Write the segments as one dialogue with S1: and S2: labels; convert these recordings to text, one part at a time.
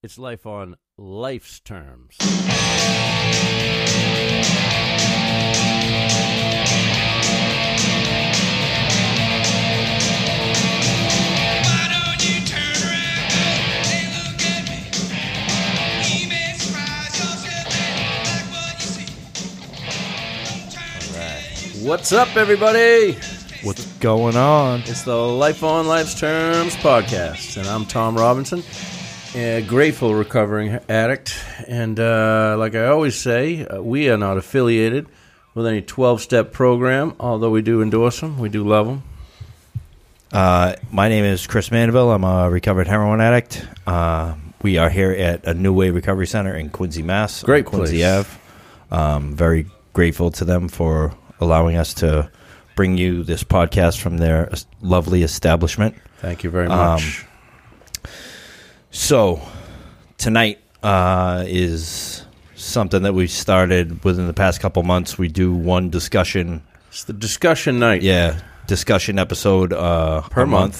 S1: It's life on life's terms. What's up, everybody?
S2: What's going on?
S1: It's the Life on Life's Terms podcast, and I'm Tom Robinson, a grateful recovering addict. And uh, like I always say, uh, we are not affiliated with any 12 step program, although we do endorse them, we do love them.
S2: Uh, my name is Chris Mandeville. I'm a recovered heroin addict. Uh, we are here at a New Way Recovery Center in Quincy, Mass. on
S1: Great
S2: Quincy
S1: place.
S2: Ave. Um, very grateful to them for allowing us to bring you this podcast from their es- lovely establishment.
S1: Thank you very
S2: Um,
S1: much.
S2: So tonight uh, is something that we started within the past couple months. We do one discussion
S1: it's the discussion night.
S2: yeah discussion episode uh,
S1: Per
S2: a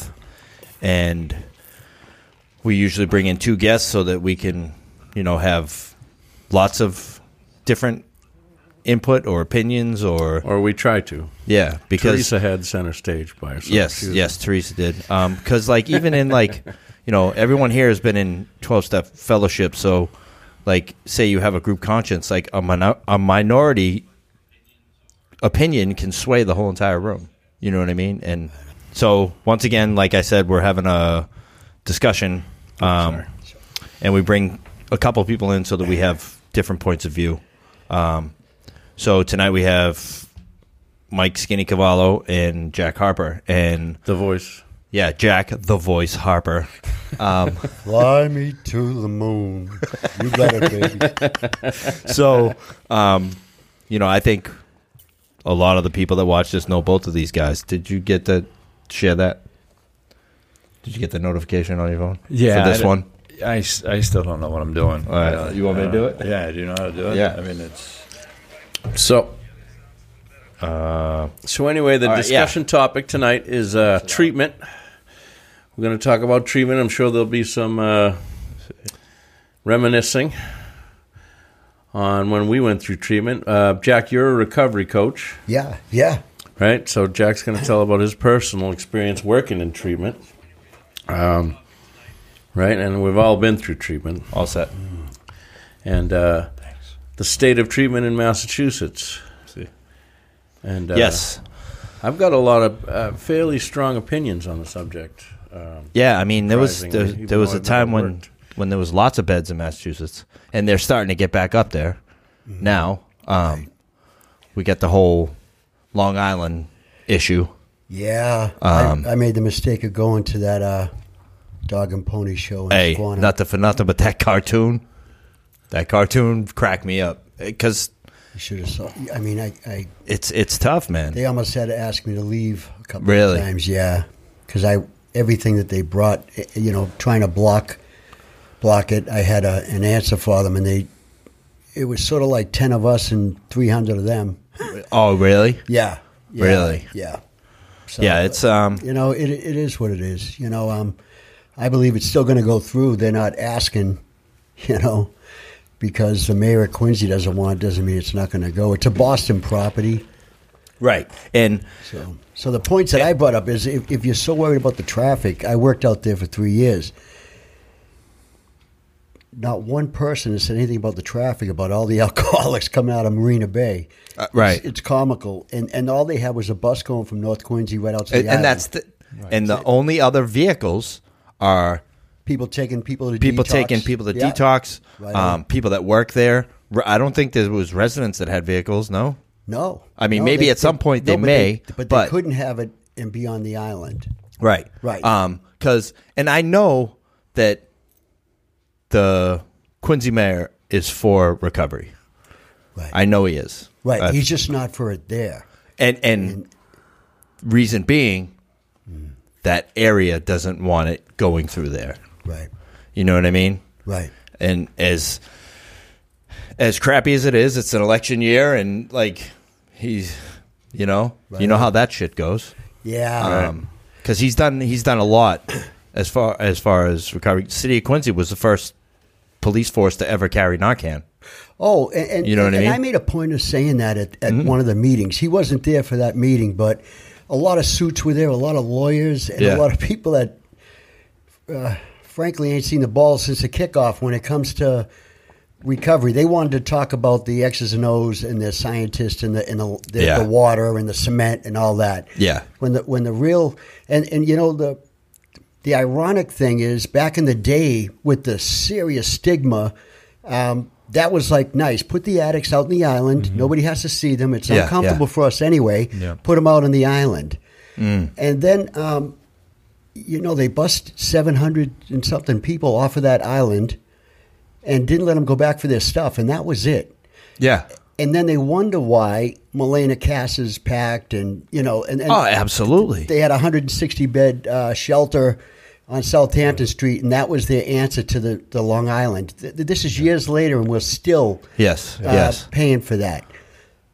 S2: and we usually bring in two guests so that we can you know have lots of different input or opinions or
S1: Or we try to.
S2: yeah because
S1: Teresa had center stage by herself.
S2: yes
S1: She was-
S2: yes Teresa did because like even in like you know everyone here has been in twelve step fellowship so like say you have a group conscience like a, minor- a minority opinion can sway the whole entire room. You know what I mean? And so once again, like I said, we're having a discussion, um, and we bring a couple people in so that we have different points of view. Um, so tonight we have Mike Skinny Cavallo and Jack Harper, and
S1: The voice.
S2: yeah, Jack the Voice Harper.
S3: Fly me to the moon. You got it, baby.
S2: so um, you know i think a lot of the people that watch this know both of these guys did you get to share that did you get the notification on your phone
S4: Yeah,
S2: for
S4: I
S2: this
S4: d-
S2: one
S4: I, s- I still don't know what I'm doing.
S2: All right. You want me to do it?
S4: Yeah, I do know how to do it.
S2: Yeah.
S4: I mean, it's.
S1: So. so anyway, the
S2: Uh, all right, yeah.
S1: discussion topic tonight is uh, treatment. We're going to talk about treatment. I'm sure there'll be some uh, reminiscing on when we went through treatment. Uh, Jack, you're a recovery coach,
S3: Yeah, yeah.
S1: right? So Jack's going to tell about his personal experience working in treatment. Um, right, and we've all been through treatment,
S2: all set
S1: and uh, the state of treatment in Massachusetts.
S4: See.
S1: And uh,
S2: yes
S1: I've got a lot of uh, fairly strong opinions on the subject. Um,
S2: yeah i mean there was there,
S1: surprisingly, even
S2: there was
S1: though
S2: a
S1: I've never
S2: time when
S1: worked.
S2: when there was lots of beds in massachusetts and they're starting to get back up there now um, we got the whole long island issue
S3: Yeah.
S2: Um,
S3: I, I made the mistake of going to that uh, dog and pony show in
S2: Hey,
S3: Squanah.
S2: nothing for nothing, but that cartoon, that cartoon cracked me up because
S3: I should have saw. I mean, I, I
S2: it's it's tough, man.
S3: they almost had to ask me to leave a couple
S2: Really?
S3: of times. Yeah, because I everything that they brought, eh, you know, trying to block block it. I had a, an answer for them, and they. It was sort of like ten of us and three hundred of them.
S2: Oh, really?
S3: Yeah. yeah
S2: Really?
S3: Yeah. So,
S2: Yeah, it's um,
S3: you know it, it is what it is you know um, i believe it's still going to go through they're not asking you know because the mayor of quincy doesn't want it doesn't mean it's not going to go it's a boston property
S2: right. And
S3: so so the points that i brought up is if, if you're so worried about the traffic i worked out there for three years not one person has said anything about the traffic about all the alcoholics coming out of marina bay
S2: Uh, right.
S3: it's, it's comical and and all they had was a bus going from north quincy right out to the
S2: and, and
S3: island.
S2: that's the, and the only other vehicles are
S3: people taking people to
S2: people
S3: detox.
S2: taking people to
S3: Yeah.
S2: detox,
S3: Right on.
S2: um, people that work there. Re- I don't think there was residents that had vehicles. No,
S3: No,
S2: I mean,
S3: No,
S2: maybe at some point they
S3: but
S2: may, but-
S3: but, they couldn't have it and be on the island.
S2: Right.
S3: Right.
S2: Um, cause, and I know that the Quincy mayor is for recovery.
S3: Right.
S2: I know he is.
S3: Right,
S2: Uh,
S3: he's just not for it there.
S2: and, and reason being that area doesn't want it going through there.
S3: Right,
S2: You know what I mean?
S3: right.
S2: And as, as crappy as it is, it's an election year and like he's, you know, you know how that shit goes
S3: Yeah,
S2: um, because he's done he's done a lot as far as far as recovery. City of Quincy was the first police force to ever carry Narcan.
S3: Oh, and, and
S2: You know what I
S3: and
S2: mean? Mm-hmm.
S3: made a point of saying that at, at one of the meetings. He wasn't there for that meeting, but a lot of suits were there, a lot of lawyers, and
S2: Yeah.
S3: a lot of people that, uh, frankly, ain't seen the ball since the kickoff when it comes to recovery. They wanted to talk about the X's and O's and the scientists and the and the, the,
S2: Yeah.
S3: the water and the cement and all that.
S2: Yeah.
S3: When the when the real and and you know the the ironic thing is back in the day with the serious stigma um, that was like nice put the addicts out in the island nobody has to see them it's
S2: Mm-hmm. Yeah,
S3: uncomfortable
S2: yeah. Mm.
S3: for us anyway put them out on the island and then um, you know they bust 700 and something people off of that island and didn't let them go back for their stuff and that was it
S2: Yeah.
S3: and then they wonder why Milena Cass is packed and you know and, and
S2: Oh, absolutely.
S3: they had a 160 bed uh, shelter on Southampton Street, and that was their answer to the, the Long Island. Th- This is years later, and we're still
S2: yes.
S3: uh,
S2: yes.
S3: paying for that.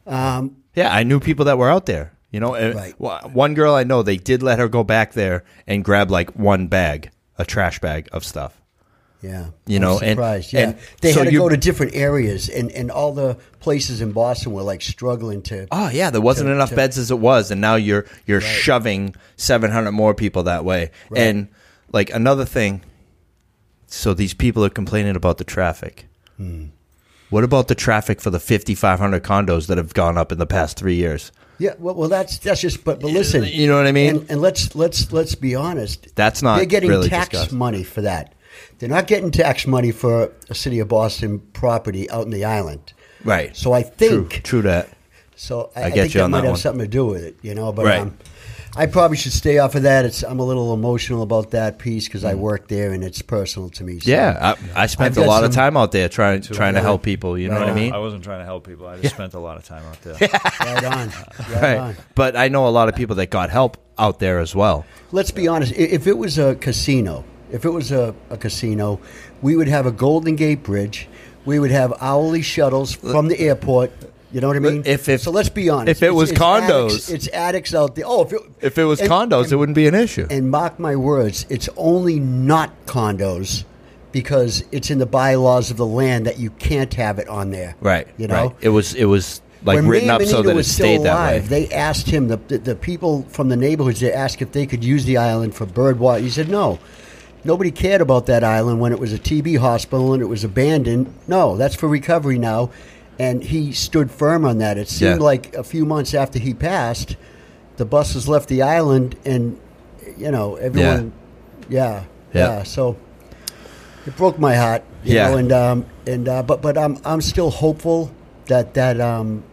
S2: Yeah, I knew people that were out there. You know, and
S3: Right.
S2: wh- one girl I know, they did let her go back there and grab like one bag, a trash bag of stuff.
S3: Yeah,
S2: You
S3: I'm
S2: know, and-
S3: surprised. yeah,
S2: and
S3: they
S2: so
S3: had to
S2: you-
S3: go to different areas, and, and all the places in Boston were like struggling to.
S2: Oh yeah, there wasn't enough beds as it was, and now you're you're shoving 700 more people that way. And like another thing, so these people are complaining about the traffic. Hmm. What about the traffic for the 5,500 condos that have gone up in the past three years?
S3: Yeah, well, well, that's that's just. But, but listen,
S2: you know what I mean?
S3: And, and let's let's let's be honest.
S2: That's not
S3: They're getting
S2: really
S3: tax
S2: discussed.
S3: money for that. They're not getting tax money for a city of Boston property out in the island.
S2: Right.
S3: So I
S2: True,
S3: think
S2: true that.
S3: So I,
S2: I
S3: I,
S2: get
S3: think
S2: you
S3: that
S2: on
S3: might
S2: that
S3: have
S2: one.
S3: something to do with it, you know. But
S2: Right.
S3: um, I probably should stay off of that. It's I'm a little emotional about that piece because I work there and it's personal to me. So.
S2: Mm. Yeah, I, I spent
S3: I've
S2: a
S3: got
S2: lot of
S3: some-
S2: time out there trying trying to
S3: Yeah.
S2: help people. You know what I mean?
S4: I wasn't trying to help people. I just spent a lot of time out there.
S3: right on, right, on.
S2: Right. But I know a lot of people that got help out there as well.
S3: Let's be honest. i- If it was a casino, if it was a, a casino, we would have a Golden Gate Bridge. We would have hourly shuttles from the airport. You know what I mean?
S2: If- if-
S3: so, let's be honest.
S2: if it was
S3: addicts-
S2: condos.
S3: it's addicts out there. Oh, if it,
S2: If it was
S3: and-
S2: condos, it wouldn't be an issue.
S3: and mark my words, it's only not condos because it's in the bylaws of the land that you can't have it on there.
S2: right.
S3: You know,
S2: Right. It was it was like
S3: when
S2: written
S3: Mayor
S2: up so
S3: Menino
S2: that it
S3: was
S2: stayed
S3: still
S2: that
S3: alive,
S2: way.
S3: They asked him the, the the people from the neighborhoods. They asked if they could use the island for bird watch. He said no. Nobody cared about that island when it was a TB hospital and it was abandoned. No, that's for recovery now. And he stood firm on that. It seemed
S2: Yeah.
S3: like a few months after he passed, the buses left the island, and you know everyone. Yeah, yeah.
S2: Yeah.
S3: So it broke my heart. You
S2: Yeah.
S3: know, and um, and uh, but but I'm I'm still hopeful that that um,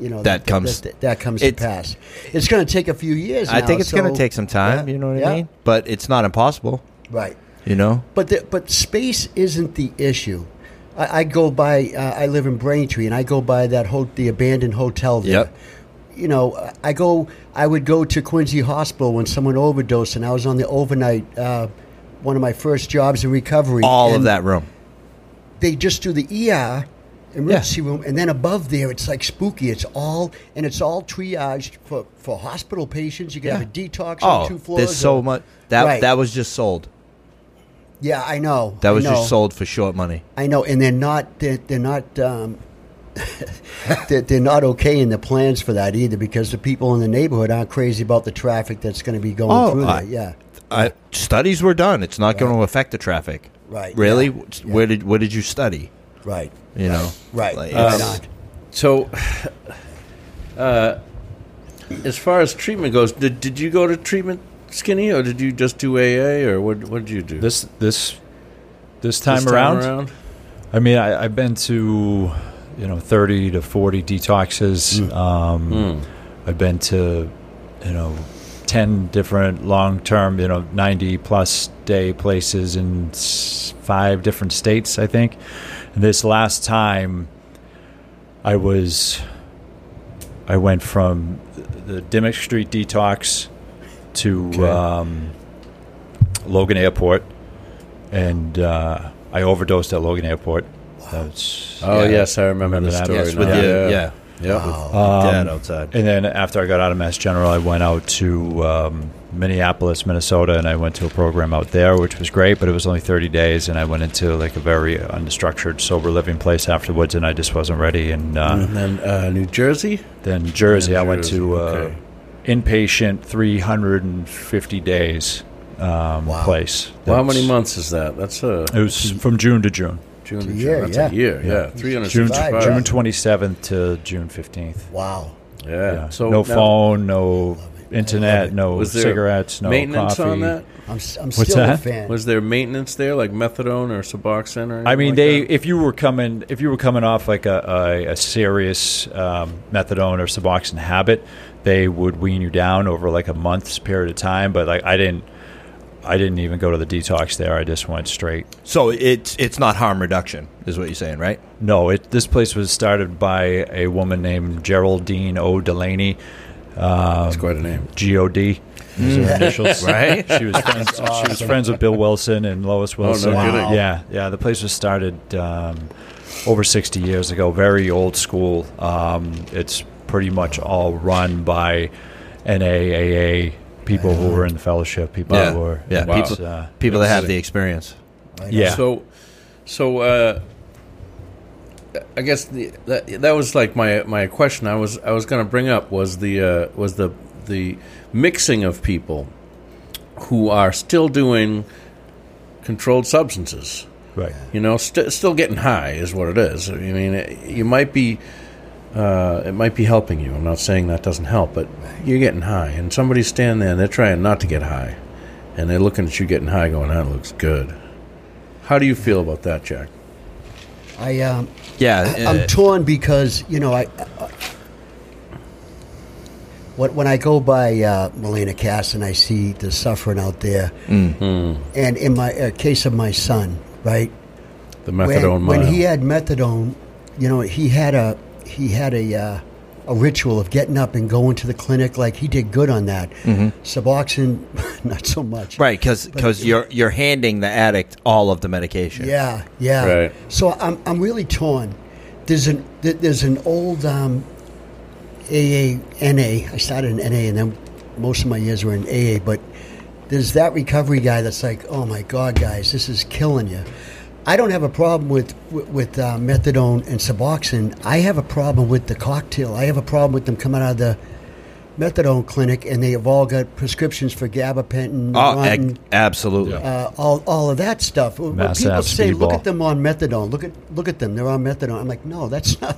S3: you know
S2: That comes-
S3: that, that comes to
S2: it's-
S3: pass. It's going to take a few years.
S2: I
S3: now,
S2: think it's going
S3: so-
S2: to take some time.
S3: Yeah,
S2: You know what
S3: yeah,
S2: I mean? But it's not impossible.
S3: Right.
S2: You know.
S3: But the, but space isn't the issue. I, I go by. Uh, I live in Braintree, and I go by that ho- the abandoned hotel there.
S2: Yep.
S3: You know, I go. I would go to Quincy Hospital when someone overdosed, and I was on the overnight. Uh, one of my first jobs in recovery.
S2: All of
S3: and
S2: that room.
S3: They just do the ER emergency room, and then above there, it's like spooky. It's all and it's all triaged for, for hospital patients. You can have a detox on two
S2: Oh,
S3: floors.
S2: there's so
S3: or-
S2: much that
S3: Right.
S2: that was just sold.
S3: Yeah, I know.
S2: That
S3: I
S2: was
S3: know.
S2: just sold for short money.
S3: I know, and they're not they're, they're not um, they're, they're not okay in the plans for that either because the people in the neighborhood aren't crazy about the traffic that's going to be going
S2: Oh,
S3: through
S2: I-
S3: there. Yeah,
S2: I, studies were done. It's not going to affect the traffic.
S3: Right,
S2: Really?
S3: yeah, yeah.
S2: Where did where did you study?
S3: right,
S2: You know.
S3: right,
S2: Like,
S3: right
S2: it's-
S3: on.
S1: So, uh, as far as treatment goes, did, did you go to treatment skinny, or did you just do AA, or what what did you do
S4: This this
S1: This
S4: this time, around, I mean, I, I've been to you know thirty to forty detoxes. Um, I've been to you know ten different long term, you know, ninety plus day places in s- five different states, I think. And this last time, I was I went from the Dimmock Street detox to um, Logan Airport, and uh, I overdosed at Logan Airport. That's,
S1: Oh
S2: Yeah.
S1: yes, I remember,
S4: Remember
S1: the
S4: that.
S1: story.
S2: Yes, with
S1: now.
S2: you. Yeah.
S1: yeah, Oh. yeah.
S2: With dad outside.
S4: and then after I got out of Mass General, I went out to um, Minneapolis, Minnesota, and I went to a program out there, which was great, but it was only 30 days. And I went into like a very unstructured, sober living place afterwards, and I just wasn't ready. And uh,
S1: And then uh, New Jersey.
S4: then Jersey, I went
S1: Jersey,
S4: to uh,
S1: okay.
S4: inpatient 350 days um,
S3: Wow.
S4: place.
S1: Well, how many
S4: That's-
S1: months is that? That's uh,
S4: It was from June to June.
S1: June. to
S3: a
S1: June.
S3: year,
S1: That's
S3: yeah.
S1: a year. Yeah,
S4: June,
S1: 365.
S4: June 27th to June 15th.
S3: Wow.
S1: Yeah.
S4: Yeah.
S1: So now,
S4: no phone, no internet, no
S1: Was there
S4: cigarettes, no
S1: maintenance
S4: coffee.
S1: on that?
S3: I'm, s- I'm
S4: What's
S3: still a
S4: that?
S3: fan.
S1: Was there maintenance there, like methadone or Suboxone or? Anything
S4: I mean,
S1: like
S4: they
S1: that?
S4: if you were coming if you were coming off like a, a, a serious um, methadone or Suboxone habit, they would wean you down over like a month's period of time. But like I didn't, I didn't even go to the detox there. I just went straight.
S2: So it's it's not harm reduction, is what you're saying, right?
S4: No, it this place was started by a woman named Geraldine O. Delaney.
S1: That's quite a name.
S4: God. Is her initials.
S2: Mm. Right? Oh,
S4: She was friends. She was friends with Bill Wilson and Lois Wilson.
S1: kidding.
S4: Yeah, yeah. The place was started um, over 60 years ago. Very old school. Um, it's pretty much all run by NAAA people who were in the fellowship. People
S2: Yeah,
S4: who were
S2: yeah.
S4: it's,
S2: People-
S4: uh,
S2: People that have the experience.
S4: yeah.
S1: So, so uh, I guess the, that that was like my my question. I was I was going to bring up was the uh, was the the mixing of people who are still doing controlled substances.
S4: right.
S1: You know, st- still getting high is what it is. I mean, it- you might be, uh, it might be helping you. I'm not saying that doesn't help, but you're getting high, and somebody's standing there and they're trying not to get high, and they're looking at you getting high, going, "That looks good." How do you feel about that, Jack?
S3: I um,
S2: Yeah. uh,
S3: I'm torn because you know I. I when when I go by uh, Melina Cass and I see the suffering out there,
S1: Mm-hmm.
S3: and in my uh, case of my son, right,
S1: The methadone
S3: when,
S1: mile.
S3: when he had methadone, you know, he had a he had a uh, a ritual of getting up and going to the clinic. Like he did good on that.
S1: Mm-hmm.
S3: Suboxone, not so much.
S2: right, because you're you're handing the addict all of the medication.
S3: Yeah, yeah.
S1: Right.
S3: So I'm, I'm really torn. There's an th- there's an old um, AA NA. I started in NA, and then most of my years were in AA. But there's that recovery guy that's like, oh my god, guys, this is killing you. I don't have a problem with with, with uh, methadone and Suboxone. I have a problem with the cocktail. I have a problem with them coming out of the methadone clinic, and they have all got prescriptions for gabapentin,
S2: Oh,
S3: Neurontin,
S2: ag- absolutely.
S3: uh, all, all of that stuff. When
S4: Mass
S3: people
S4: apps,
S3: say, "Look
S4: speedball."
S3: at them on methadone. Look at look at them. They're on methadone." I'm like, "No, that's not.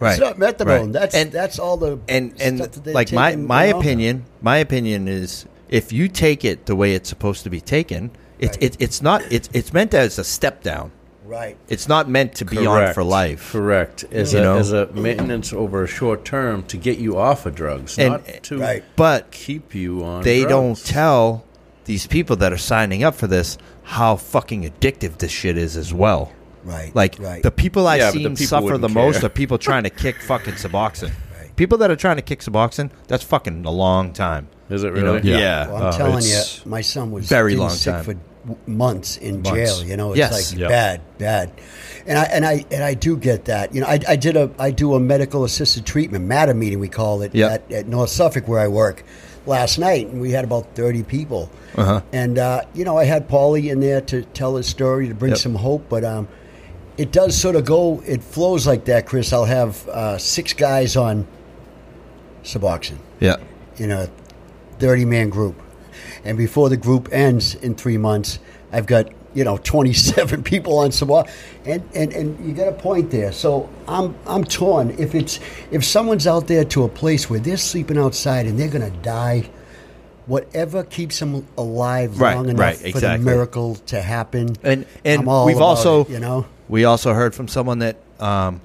S2: Right.
S3: That's not methadone.
S2: Right.
S3: That's
S2: And-
S3: that's all the
S2: and
S3: stuff that
S2: and
S3: they're
S2: like my
S3: taking
S2: my
S3: right off.
S2: opinion, my opinion is if you take it the way it's supposed to be taken, it's
S3: Right.
S2: it's it's not it's it's meant as a step down.
S3: Right.
S2: It's not meant to be on for life.
S1: Correct. As,
S2: You
S1: a,
S2: know?
S1: as a maintenance over a short term to get you off of drugs,
S2: And-
S1: not to
S3: Right.
S2: But
S1: keep you on.
S2: they
S1: drugs.
S2: don't tell these people that are signing up for this how fucking addictive this shit is as well.
S3: Right.
S2: Like
S3: right.
S2: the people I
S1: Yeah, but the
S2: seen
S1: people
S2: suffer
S1: wouldn't
S2: the most
S1: care.
S2: are people trying to kick fucking Suboxone.
S3: Right.
S2: People that are trying to kick Suboxone, that's fucking a long time.
S1: Is it
S2: You know?
S1: really?
S2: Yeah.
S3: Well, I'm
S4: Uh,
S3: telling you,
S4: it's-
S3: my son was
S2: Very
S3: very
S2: long
S3: sick
S2: time.
S3: for w- months in
S4: Months.
S3: jail. You know, it's
S2: Yes.
S3: like
S4: Yep.
S3: bad, bad. And I and I and I do get that. You know, I, I did a I do a medical assisted treatment MATA meeting we call it
S2: Yep.
S3: at, at North Suffolk where I work last night, and we had about thirty people.
S2: Uh-huh.
S3: And uh, you know, I had Paulie in there to tell his story to bring
S2: Yep.
S3: some hope, but um. It does sort of go. It flows like that, Chris. I'll have uh, six guys on Suboxone
S2: Yeah.
S3: in a 30 man group. And before the group ends in three months, I've got, you know, 27 people on Samoa. And, and, and you got a point there. So I'm, I'm torn. If, it's, if someone's out there to a place where they're sleeping outside and they're going to die, whatever keeps them alive
S2: Right,
S3: long enough
S2: right,
S3: for
S2: exactly.
S3: the miracle to happen.
S2: And and
S3: I'm all
S2: we've
S3: about
S2: also
S3: it, you know,
S2: We also heard from someone that um,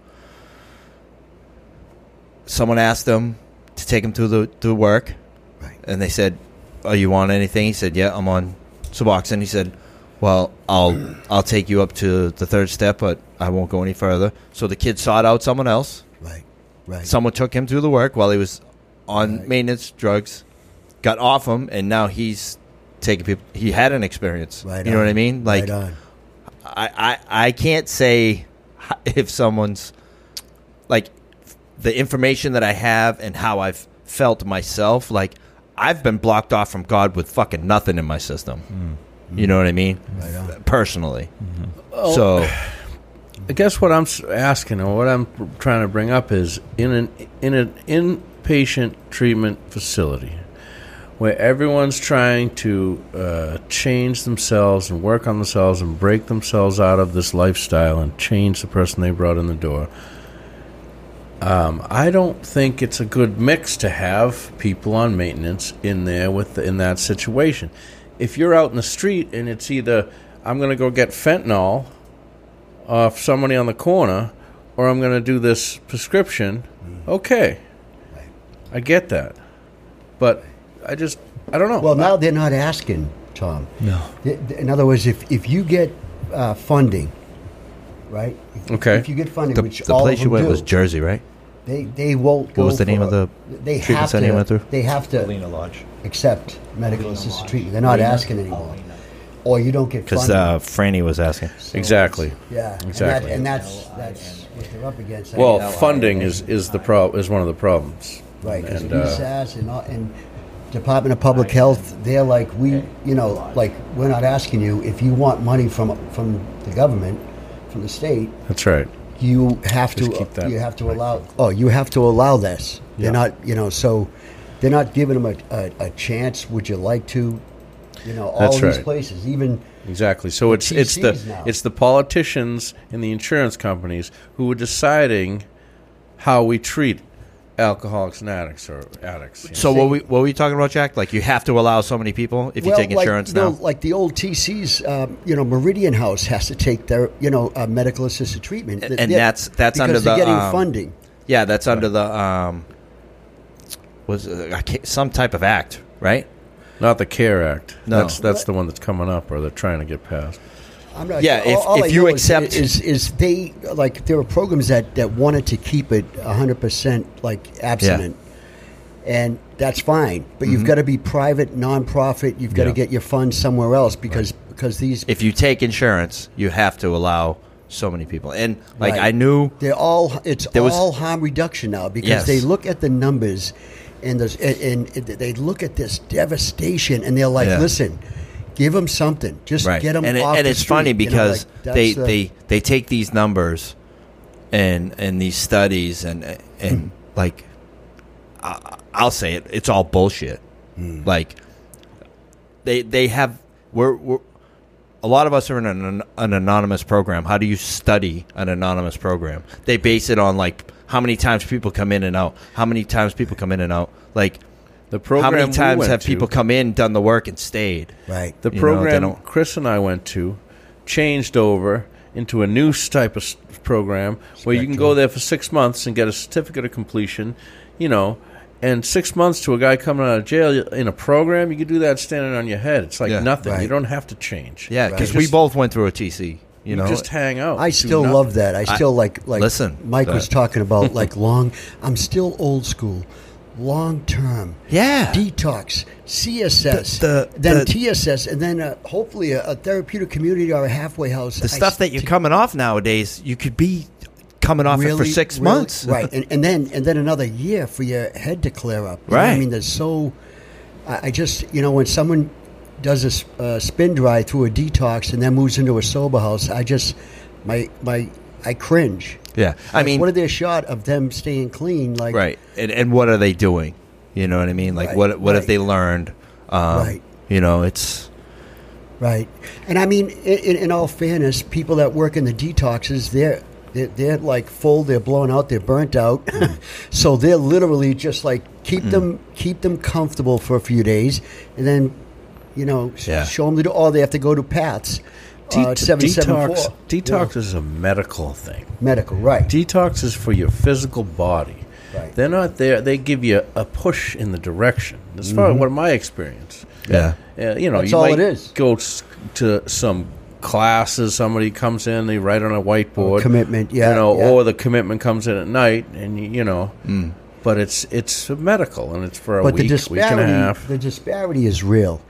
S2: someone asked them to take him to the to work,
S3: Right.
S2: and they said, "Are you on anything?" He said, "Yeah, I'm on Suboxone." He said, "Well, I'll I'll take you up to the third step, but I won't go any further." So the kid sought out someone else.
S3: right, right.
S2: Someone took him to the work while he was on
S3: Right.
S2: maintenance drugs, got off him, and now he's taking people. He had an experience.
S3: right
S2: you know
S3: on,
S2: what I mean? Like.
S3: right on.
S2: I, I I can't say if someone's like the information that I have and how I've felt myself. Like I've been blocked off from God with fucking nothing in my system. You know Mm-hmm. what Hmm. I mean?
S3: Right on.
S2: Personally. So
S1: I guess what I'm s- asking or what I'm trying to bring up is in an in an inpatient treatment facility where everyone's trying to uh, change themselves and work on themselves and break themselves out of this lifestyle and change the person they brought in the door. Um, I don't think it's a good mix to have people on maintenance in there with in that situation. If you're out in the street and it's either I'm going to go get fentanyl off somebody on the corner or I'm going to do this prescription,
S3: Mm-hmm.
S1: okay. I get that. But I just, I don't know.
S3: Well, now they're not asking, Tom.
S4: No.
S3: Th- th- In other words, if, if you get uh, funding, right? If-
S1: Okay.
S3: If you get funding,
S2: the,
S3: which
S2: the
S3: all
S2: place you
S3: of them
S2: went
S3: do,
S2: was Jersey, right?
S3: they they won't. What
S2: was the name of the
S3: They
S2: treatment
S3: have to.
S2: center you went through?
S3: They have to
S4: Lena Lodge.
S3: accept medical assisted treatment. They're not asking anymore, or you don't get
S2: Because
S3: funding.
S2: uh, Franny was asking.
S1: exactly.
S3: yeah,
S1: exactly.
S3: And, that, and that's that's what they're up against. I
S1: Well,
S3: mean,
S1: funding is, is the prob- is one of the problems.
S3: Right, because
S1: And, uh,
S3: PSAS and, all- and Department of Public Health, they're like, we, you know, like, we're not asking you, if you want money from, from the government, from the state,
S1: that's right.
S3: you have
S1: Just keep
S3: to,
S1: that.
S3: you have to allow, oh, you have to allow this. They're not, you know, so they're not giving them a, a, a chance, would you like to? You know, all
S1: That's
S3: of these
S1: right.
S3: places, even,
S1: Exactly. So it's it's the
S3: TCs now.
S1: it's the politicians and the insurance companies who are deciding how we treat alcoholics and addicts or addicts.
S2: So what we what were you talking about, Jack? Like you have to allow so many people if you take insurance
S3: like, you know,
S2: now.
S3: like the old TCs, um, you know, Meridian House has to take their, you know, uh, medical assisted treatment,
S2: And-
S3: Th-
S2: and
S3: yeah,
S2: that's- that's
S3: because
S2: under
S3: they're
S2: the,
S3: getting
S2: um,
S3: funding.
S2: yeah, that's under the um, was uh, I can't- some type of act, right?
S1: Not the CARE Act.
S2: No.
S1: That's that's the one that's coming up or they're trying to get passed.
S3: I'm not
S2: Yeah,
S3: sure.
S2: if- if
S3: I
S2: you
S3: know is-
S2: accept-
S3: is, is they like there were programs that that wanted to keep it 100 percent like abstinent, and that's fine. But
S2: Mm-hmm.
S3: you've got to be private, nonprofit. You've got
S1: Yeah.
S3: to get your funds somewhere else because because these
S2: If you take insurance, you have to allow so many people. And like
S3: Right.
S2: I knew,
S3: they're all it's
S2: There was-
S3: all harm reduction now because
S2: Yes.
S3: they look at the numbers and there's and, and they look at this devastation and they're like,
S2: Yeah.
S3: listen, give them something, just
S2: right?
S3: get them
S2: and it-
S3: off
S2: and
S3: the
S2: it's
S3: street,"
S2: funny
S3: you know,
S2: because
S3: like, that's
S2: they,
S3: the-
S2: they they take these numbers and and these studies and
S3: Hmm.
S2: and like I, I'll say it, it's all bullshit.
S3: Hmm.
S2: Like they they have we're, we're a lot of us are in an, an anonymous program. How do you study an anonymous program? They base it on like how many times people come in and out, how many times people come in and out, like
S1: The program
S2: how many
S1: we
S2: times
S1: went
S2: have
S1: to-
S2: people come in, done the work, and stayed.
S3: right.
S1: The
S2: You know, they
S1: program
S2: don't-
S1: Chris and I went to changed over into a new s- type of s- program where you can go there for six months and get a certificate of completion, you know, and six months to a guy coming out of jail in a program, you could do that standing on your head. It's like
S2: Yeah.
S1: nothing. You
S3: Right.
S1: don't have to change.
S2: Yeah, because
S1: Just-
S2: we both went through a TC. You
S1: you
S2: know,
S1: just hang
S2: Oh,
S1: out.
S3: I
S1: Do
S3: still
S1: nothing.
S3: love that. I still like like
S2: listen,
S3: Mike was
S2: that-
S3: talking about like long. I'm still old school, long term.
S2: Yeah.
S3: detox, CSS,
S2: The- the-
S3: then
S2: the-
S3: TSS, and then uh, hopefully a, a therapeutic community or a halfway house.
S2: the stuff that you're coming off nowadays, you could be coming off it for six months.
S3: right? And, and then and then another year for your head to clear up. You know what I
S2: Right.
S3: mean, there's so. I, I just you know when someone does a s- uh, spin dry through a detox and then moves into a sober house, I just my my I cringe.
S2: yeah, I
S3: Like,
S2: mean,
S3: what are their shot of them staying clean? Like,
S2: right? And and what are they doing? You know what I mean? Like
S3: Right,
S2: what what have
S3: right.
S2: they learned? Um,
S3: Right.
S2: You know, it's
S3: right. And I mean, in, in, in all fairness, people that work in the detoxes, they're they're, they're like full, they're blown out, they're burnt out.
S2: Mm.
S3: so they're literally just like keep them keep them comfortable for a few days, and then you know sh-
S2: Yeah.
S3: show them the door. They have to go to Pat's.
S1: Det-
S3: uh, 774.
S1: detox. Detox
S3: Yeah.
S1: is a medical thing.
S3: medical, right?
S1: Detox is for your physical body.
S3: Right.
S1: They're not there. They give you a push in the direction. As far as what my experience.
S2: yeah.
S1: Uh, you know,
S3: That's
S1: you
S3: all
S1: might
S3: it is.
S1: go s- to some classes. Somebody comes in, they write on a whiteboard
S3: Oh, commitment, yeah,
S1: you know,
S3: yeah.
S1: or the commitment comes in at night, and you, you know, but it's it's medical and it's for a
S3: but
S1: week,
S3: the
S1: week and
S3: disparity,
S1: a half.
S3: the disparity is real.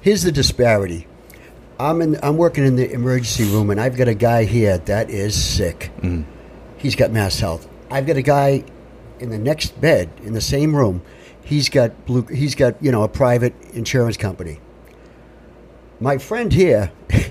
S3: Here's the disparity. I'm in. I'm working in the emergency room, and I've got a guy here that is sick.
S1: Mm.
S3: He's got mass health. I've got a guy in the next bed in the same room. He's got blue. He's got you know a private insurance company. My friend here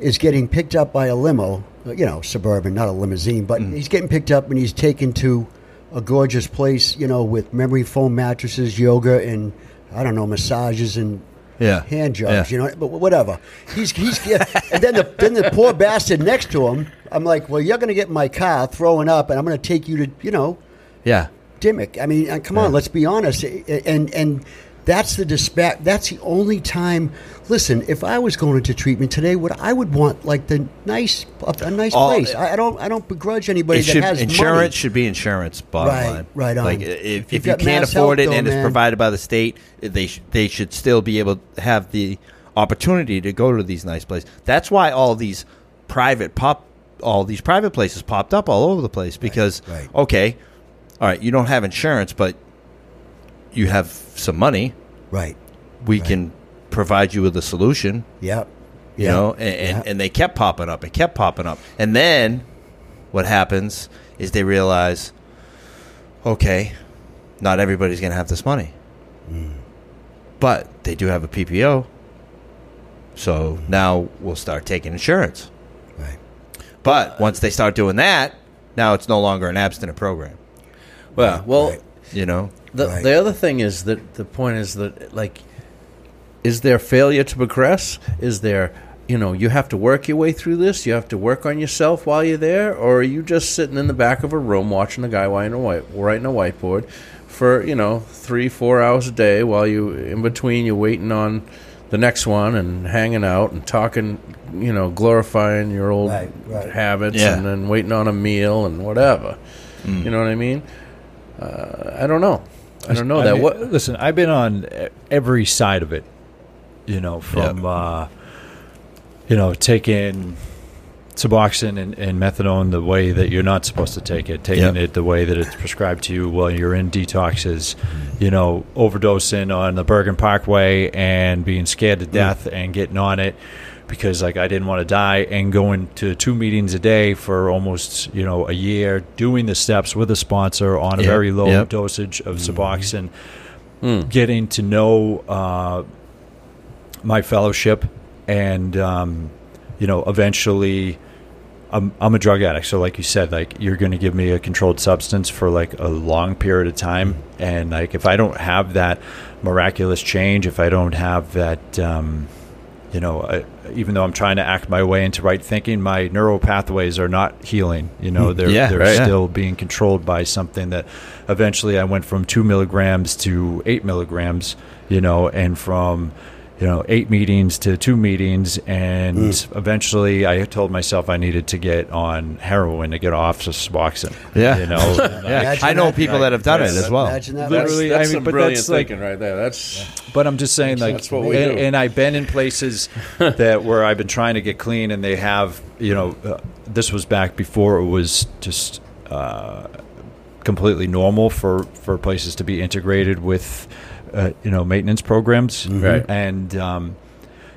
S3: is getting picked up by a limo, uh, you know, suburban, not a limousine, but he's getting picked up and he's taken to a gorgeous place, you know, with memory foam mattresses, yoga, and I don't know massages and
S2: Yeah.
S3: hand jobs,
S2: Yeah.
S3: you know. But whatever. He's he's yeah. and then the then the poor bastard next to him. I'm like, well, you're going to get in my car throwing up, and I'm going to take you to you know,
S2: Yeah.
S3: Dimmock. I mean, uh, come on, let's be honest. I- I- And and that's the dispatch. That's the only time. Listen, if I was going into treatment today, what I would want like the nice a, a nice
S2: All-
S3: place. I, I don't I don't begrudge anybody
S2: It
S3: that
S2: should,
S3: has money.
S2: insurance should be insurance. Bottom
S3: Right,
S2: line,
S3: right on.
S2: Like i-
S3: If
S2: if,
S3: you've
S2: if you
S3: got
S2: can't
S3: mass
S2: afford
S3: health,
S2: it and
S3: though,
S2: it's
S3: man-
S2: provided by the state, they sh- they should still be able to have the opportunity to go to these nice places. That's why all these private pop, all these private places popped up all over the place because
S3: right.
S2: okay, all right, you don't have insurance, but you have some money.
S3: Right.
S2: We can provide you with a solution
S3: Yep.
S2: you
S3: Yep.
S2: know, and, and,
S3: Yeah.
S2: and they kept popping up and kept popping up. And then what happens is they realize, okay, not everybody's going to have this money.
S3: Hmm.
S2: But they do have a PPO. So now we'll start taking insurance.
S3: Right. Uh,
S2: But once they start doing that, now it's no longer an abstinent program,
S1: Well, well,
S3: Right.
S2: you know?
S1: the
S3: Right.
S1: the other thing is that the point is that like, is there failure to progress? Is there you know you have to work your way through this? You have to work on yourself while you're there, or are you just sitting in the back of a room watching the guy writing a white writing a whiteboard for you know three four hours a day while you in between you're waiting on the next one and hanging out and talking you know glorifying your old
S3: Right, right.
S1: habits
S2: Yeah.
S1: and then waiting on a meal and whatever. You know what I mean? Uh, I don't know. I don't know
S4: I
S1: that.
S4: mean,
S1: what?
S4: Listen, I've been on e- every side of it. You know, from
S2: Yeah.
S4: uh, you know taking Suboxone and, and methadone the way that you're not supposed to take it, taking
S2: Yeah.
S4: it the way that it's prescribed to you while you're in detoxes. You know, overdosing on the Bergen Parkway and being scared
S1: Mm.
S4: to death and getting on it because like I didn't want to die and going to two meetings a day for almost you know a year doing the steps with a sponsor on a
S2: Yeah.
S4: very low
S2: Yeah. Mm. Hmm.
S4: dosage of Suboxone, getting to know uh, my fellowship, and um, you know, eventually, I'm, I'm a drug addict. So, like you said, like you're going to give me a controlled substance for like a long period of time,
S2: Hmm.
S4: and like if I don't have that miraculous change, if I don't have that. Um, you know, I, even though I'm trying to act my way into right thinking, my neural pathways are not healing. You know, they're
S2: Hmm. Yeah,
S4: they're
S2: right.
S4: still still being controlled by something that eventually I went from two milligrams to eight milligrams, you know, and from you know eight meetings to two meetings, and
S2: Hmm.
S4: eventually I told myself I needed to get on heroin to get off of Suboxone.
S2: Yeah.
S4: you know,
S2: Yeah.
S3: Imagine
S2: I know
S3: that.
S2: people that have done it as well.
S3: Imagine that.
S4: Literally-
S3: Right.
S4: Really,
S1: that's
S4: I mean,
S1: some
S4: but
S1: brilliant
S4: that's like-
S1: thinking right there. That's
S4: But I'm just saying, like,
S1: That's what we
S4: and,
S1: do.
S4: and I've been in places that where I've been trying to get clean, and they have, you know, uh, this was back before it was just uh, completely normal for for places to be integrated with, uh, you know, maintenance programs,
S1: Mm-hmm. Right.
S4: And um,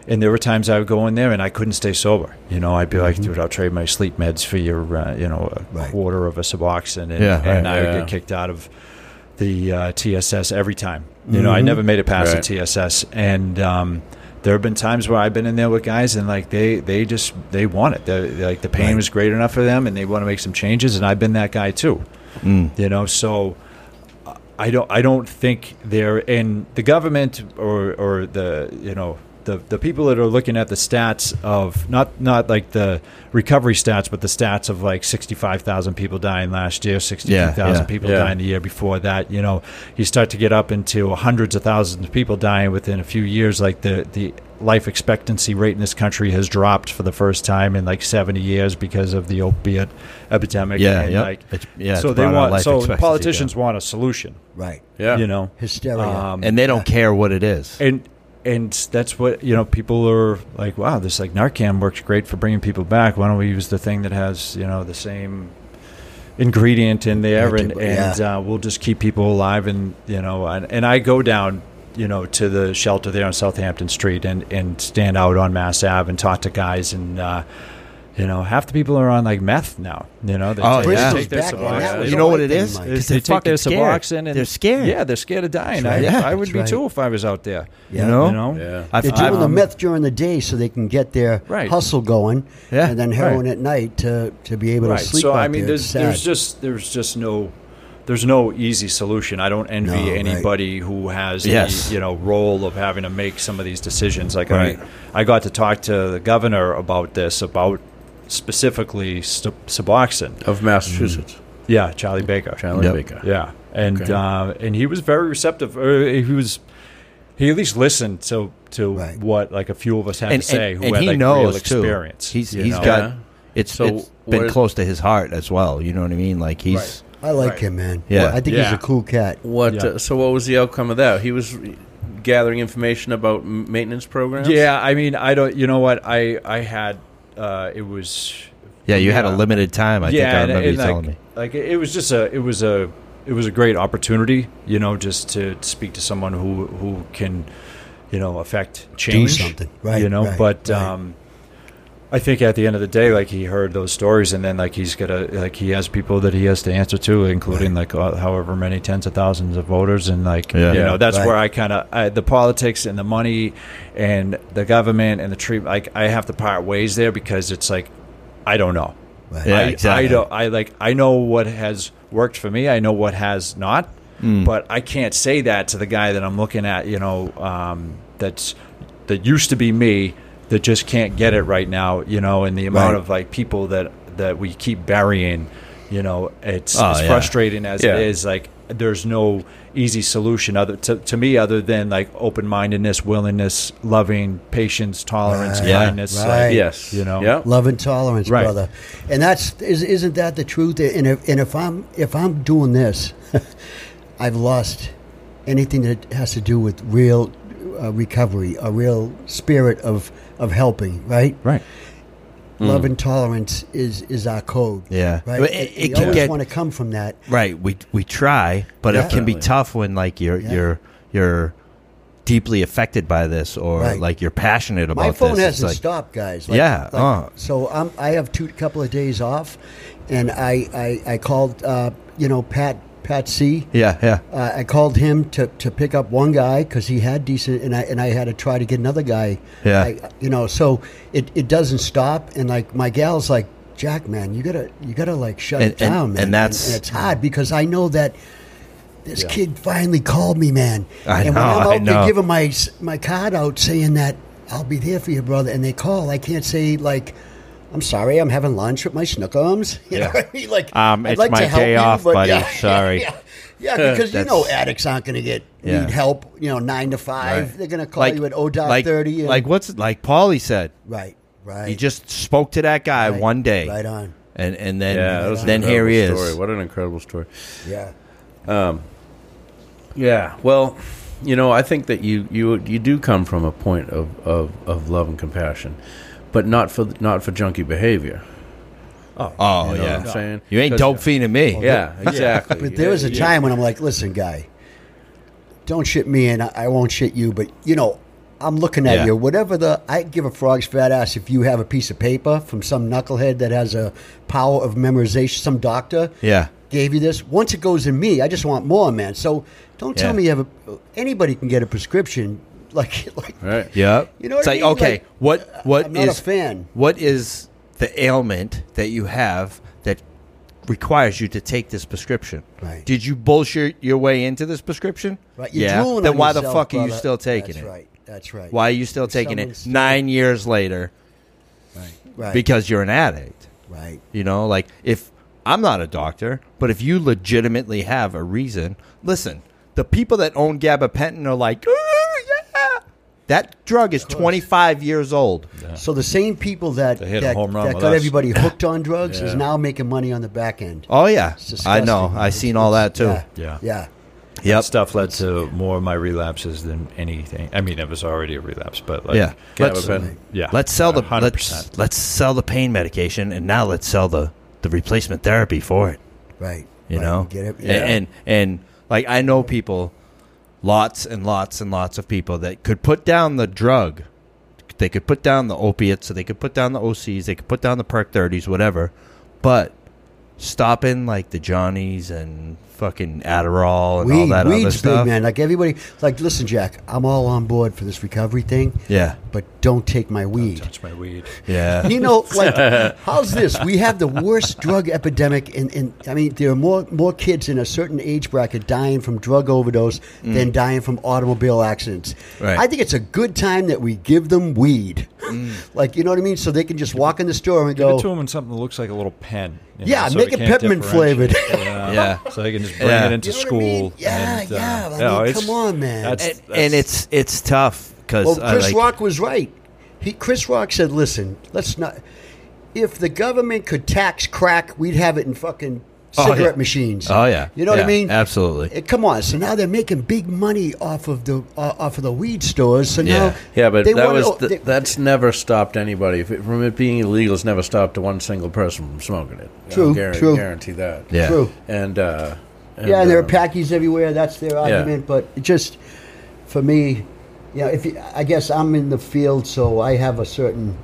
S4: and there were times I would go in there and I couldn't stay sober. You know, I'd be like,
S1: Mm-hmm.
S4: dude, I'll trade my sleep meds for your, uh, you know, a
S3: Right.
S4: quarter of a Suboxone, and,
S2: Yeah, right,
S4: and I would
S1: yeah.
S4: get kicked out of the uh, TSS every time. You know, I
S2: Mm-hmm.
S4: never made it past
S1: Right.
S4: the TSS, and um, there have been times where I've been in there with guys, and like they they just they want it. They're, they're like the pain was great enough for them, and they want to make some changes. And I've been that guy too.
S2: Mm.
S4: You know, so uh, I don't I don't think they're in the government or or the you know. The, the people that are looking at the stats of not not like the recovery stats, but the stats of like sixty five thousand people dying last year, sixty two thousand
S2: yeah.
S4: people
S1: Yeah.
S4: dying the year before that. You know, you start to get up into hundreds of thousands of people dying within a few years. Like the the life expectancy rate in this country has dropped for the first time in like seventy years because of the opiate epidemic.
S2: Yeah,
S4: and
S2: yep.
S4: like
S2: It's- yeah,
S4: so
S2: it's
S4: they
S2: brought our
S4: want
S2: life
S4: so
S2: expectancy
S4: politicians want a solution.
S3: right.
S1: yeah.
S4: You know,
S3: Hysteria.
S4: Um,
S2: And they don't care what it is.
S4: and and that's what you know people are like wow this like narcan works great for bringing people back why don't we use the thing that has you know the same ingredient in there and and uh, we'll just keep people alive and you know and, and i go down you know to the shelter there on southampton street and and stand out on mass ave and talk to guys and uh You know, half the people are on like meth now. You know, they
S2: Oh,
S4: take,
S2: yeah.
S4: they take their
S3: Bristol's back on
S4: Suboxone.
S3: that was
S2: You know
S3: all
S2: what
S3: I
S2: it
S3: think,
S2: is?
S3: Mike.
S4: They
S2: Because they're
S4: take their
S2: fucking scared.
S4: Suboxone and
S2: They're scared.
S4: Yeah, they're scared of dying.
S3: That's
S4: I,
S3: right.
S2: Yeah,
S4: I would
S3: that's
S4: be
S3: right.
S4: too if I was out there.
S3: Yeah.
S2: You know?
S4: You know?
S1: Yeah.
S2: I've,
S3: They're doing the
S2: I've,
S3: meth during the day so they can get their
S4: Right.
S3: hustle going,
S2: Yeah,
S3: and then heroin
S4: right.
S3: at night to, to be able
S4: right.
S3: to sleep.
S4: So
S3: out
S4: I mean,
S3: there.
S4: there's
S3: It's sad.
S4: there's just there's just no there's no easy solution. I don't envy
S3: No, right.
S4: anybody who has
S2: Yes.
S4: the you know role of having to make some of these decisions. Like
S2: Right.
S4: I, I got to talk to the governor about this about specifically Sub- Suboxone.
S1: of Massachusetts,
S4: Yeah, Charlie Baker.
S1: Charlie
S2: Yep.
S1: Baker.
S4: Yeah, and
S1: Okay.
S4: uh, and he was very receptive. Or he was he at least listened to to
S3: Right.
S4: what like a few of us had
S2: and,
S4: to say
S2: and,
S4: who
S2: and
S4: had
S2: he
S4: like real
S2: knows too.
S4: experience.
S2: He's
S4: you
S2: he's
S4: know?
S2: got
S1: Yeah.
S2: it's
S1: So
S2: it's been
S1: what-
S2: close to his heart as well. You know what I mean? Like he's
S3: I like
S4: Right.
S3: him, man.
S2: Yeah.
S3: I think he's
S4: Yeah.
S3: a cool cat.
S1: What?
S4: Yeah.
S1: Uh, so what was the outcome of that? He was gathering information about m- maintenance programs.
S4: Yeah, I mean, I don't. You know what? I I had uh, it was.
S2: yeah. You had a
S4: Yeah.
S2: limited time. I think I
S4: and-
S2: remember
S4: and
S2: you
S4: like,
S2: telling me.
S4: Like it it was just a. It was a. It was a great opportunity, you know, just to speak to someone who who can, you know, affect change.
S3: something. Right,
S4: You know,
S3: right,
S4: but.
S3: right.
S4: Um, I think at the end of the day, like he heard those stories, and then like he's gonna like he has people that he has to answer to, including like uh, however many tens of thousands of voters, and like
S2: Yeah.
S4: you
S1: Yeah,
S4: know that's
S3: right.
S4: where I kind of the politics and the money and the government and the treatment. Like I have to part ways there because it's like I don't know.
S3: Right.
S2: Yeah,
S4: I,
S2: exactly.
S4: I don't. I like. I know what has worked for me. I know what has not. But I can't say that to the guy that I'm looking at. You know, um, that's that used to be me. That just can't get it right now. You know, and the amount
S3: Right.
S4: of like people that that we keep burying. You know, it's,
S2: Oh,
S4: it's
S2: yeah.
S4: frustrating as
S1: Yeah.
S4: it is. Like, there's no easy solution other to, to me other than like open mindedness, willingness, loving, patience, tolerance,
S3: Right. Yeah.
S4: kindness. like,
S3: Right.
S1: Yes.
S4: You know.
S2: Oh.
S1: Yeah.
S3: Love and tolerance,
S4: Right.
S3: brother. And that's is, isn't that the truth? And if, and if I'm if I'm doing this, I've lost anything that has to do with real uh, recovery, a real spirit of of helping. Right.
S4: Right.
S3: Love and tolerance is is our code.
S2: Mm. Yeah.
S3: Right.
S2: But it- it
S3: you
S2: can
S3: always
S2: get-
S3: want to come from that.
S2: Right. We we try, but it can
S1: Definitely.
S2: be tough when like you're
S3: Yeah.
S2: you're you're deeply affected by this, or
S3: Right.
S2: like you're passionate about
S3: My phone
S2: this. It's
S3: hasn't
S2: like-
S3: stopped, guys.
S2: Yeah, uh.
S3: So I'm, I have two couple of days off, and I I, I called uh, you know Pat Pat C.
S2: Yeah, yeah.
S3: Uh, I called him to, to pick up one guy because he had decent, and I and I had to try to get another guy.
S2: Yeah.
S3: I, you know, so it, it doesn't stop, and like my gal's like, Jack, man, you gotta you gotta like shut
S2: And-
S3: it down,
S2: and-
S3: man.
S2: and that's-
S3: it's hard because I know that this kid finally called me, man.
S2: I
S3: and
S2: know,
S3: when I'm out
S2: I know.
S3: there giving my s- my card out, saying that I'll be there for you, brother, and they call, I can't say like. I'm sorry, I'm having lunch with my schnookums. You know
S2: Yeah.
S3: what I mean? Like,
S2: Um,
S3: I'd
S2: it's
S3: like
S2: my
S3: to help
S2: day
S3: you,
S2: off,
S3: but
S2: buddy.
S3: yeah, yeah,
S2: Sorry.
S3: yeah. Yeah, because you
S2: That's-
S3: know addicts aren't going to get
S2: Yeah.
S3: need help. You know, nine to five,
S2: Right.
S3: they're going to call you at ODOT
S2: like,
S3: thirty. And,
S2: Like what's like Paulie said,
S3: right, right.
S2: you just spoke to that guy
S3: right,
S2: one day,
S3: right on.
S2: and and then
S1: Yeah, that was an
S2: then here he
S1: incredible
S2: is.
S1: Story. What an incredible story.
S3: Yeah,
S1: Yeah. Well, you know, I think that you you you do come from a point of of, of love and compassion, but not for not for junkie behavior.
S2: Oh
S1: You know
S2: yeah,
S1: what I'm saying?
S2: you ain't
S1: 'Cause-
S2: dope fiending me.
S1: Yeah, exactly.
S3: but there was a
S1: Yeah.
S3: time when I'm like, listen, guy, don't shit me, and I, I won't shit you. But you know, I'm looking at
S2: Yeah.
S3: you. Whatever the, I give a frog's fat ass if you have a piece of paper from some knucklehead that has a power of memorization, some doctor.
S2: yeah.
S3: gave you this. Once it goes in me, I just want more, man. So don't tell
S2: Yeah.
S3: me you have a, anybody can get a prescription. Like, like
S1: Right.
S2: Yep.
S3: You know what
S2: it's
S3: I
S2: like,
S3: mean?
S2: okay,
S3: Like,
S2: what what
S3: I'm not a
S2: is-
S3: fan.
S2: What is the ailment that you have that requires you to take this prescription?
S3: Right.
S2: Did you bullshit your way into this prescription?
S3: right, you're
S2: yeah.
S3: drooling
S2: then
S3: on
S2: why the
S3: yourself,
S2: fuck are you
S3: brother.
S2: still taking
S3: That's
S2: it?
S3: Right. That's right.
S2: Why are you still taking it
S3: Someone's still-
S2: nine years later?
S3: Right.
S2: Because you're an addict.
S3: right.
S2: You know, like if I'm not a doctor, but if you legitimately have a reason, listen, the people that own gabapentin are like, "Ooh, yeah. That drug is 25 years old.
S3: So the same people that
S4: They hit a
S3: that,
S4: home run
S3: that
S4: with
S3: got
S4: us.
S3: everybody hooked on drugs is
S1: Yeah.
S3: now making money on the back end.
S2: Oh yeah,
S3: It's disgusting.
S2: I know. I
S3: It's-
S2: seen all that too.
S3: Yeah.
S4: Yeah.
S3: Yeah.
S2: Yep.
S4: stuff led to more of my relapses than anything. I mean, it was already a relapse, but like,
S2: Yeah. Let's,
S1: Gabapentin.
S4: yeah.
S2: let's sell the
S4: 100%.
S2: let's let's sell the pain medication, and now let's sell the the replacement therapy for it.
S3: Right.
S2: You
S3: right.
S2: know,
S3: Get it?
S2: And, and and like I know people, lots and lots and lots of people that could put down the drug, they could put down the opiates, so they could put down the OCs, they could put down the perk thirties, whatever. But stopping like the Johnnies and fucking Adderall and all that other
S3: weed's
S2: stuff.
S3: big, man. Like everybody, like listen, Jack, I'm all on board for this recovery thing,
S2: Yeah,
S3: but don't take my weed.
S4: Touch my weed.
S2: yeah.
S3: You know, like, how's this? We have the worst drug epidemic, in, in I mean, there are more more kids in a certain age bracket dying from drug overdose than dying from automobile accidents.
S2: Mm. Right. Mm.
S3: I think it's a good time that we give them weed, like you know what I mean, so they can just walk in the store and
S4: Give
S3: go.
S4: it to him in something that looks like a little pen. you
S3: Yeah,
S4: they
S3: make it
S4: can't
S3: peppermint
S4: differentiate.
S3: flavored.
S4: Yeah.
S2: Yeah.
S4: so they can just bring
S2: Yeah.
S4: it into
S3: You know what I
S4: school.
S3: mean? Yeah,
S4: and, uh,
S3: yeah, I mean,
S4: no, it's-
S3: come on, man.
S4: That's,
S2: and,
S4: that's-
S2: and it's it's tough because
S3: Well, "Oh, Chris
S2: like,
S3: Rock was right. He Chris Rock said, "Listen, let's not. If the government could tax crack, we'd have it in fucking
S2: Oh,
S3: cigarette
S2: yeah.
S3: machines.
S2: Oh yeah,
S3: you know what
S2: Yeah,
S3: I mean?
S2: Absolutely.
S3: Eh, Come on. So now they're making big money off of the uh, off of the weed stores. So now,
S2: Yeah.
S1: Yeah, but
S3: they
S1: that
S3: wanna-
S1: was
S3: oh,
S1: th-
S3: they-
S1: that's never stopped anybody If it- from it being illegal. It's never stopped one single person from smoking it. I
S3: True,
S1: guarantee,
S3: true.
S1: guarantee that.
S2: Yeah.
S3: True.
S1: and uh,
S3: yeah, and there are
S1: uh,
S3: packies everywhere. That's their argument. But it just for me, you know, if you, I guess I'm in the field, so I have a certain.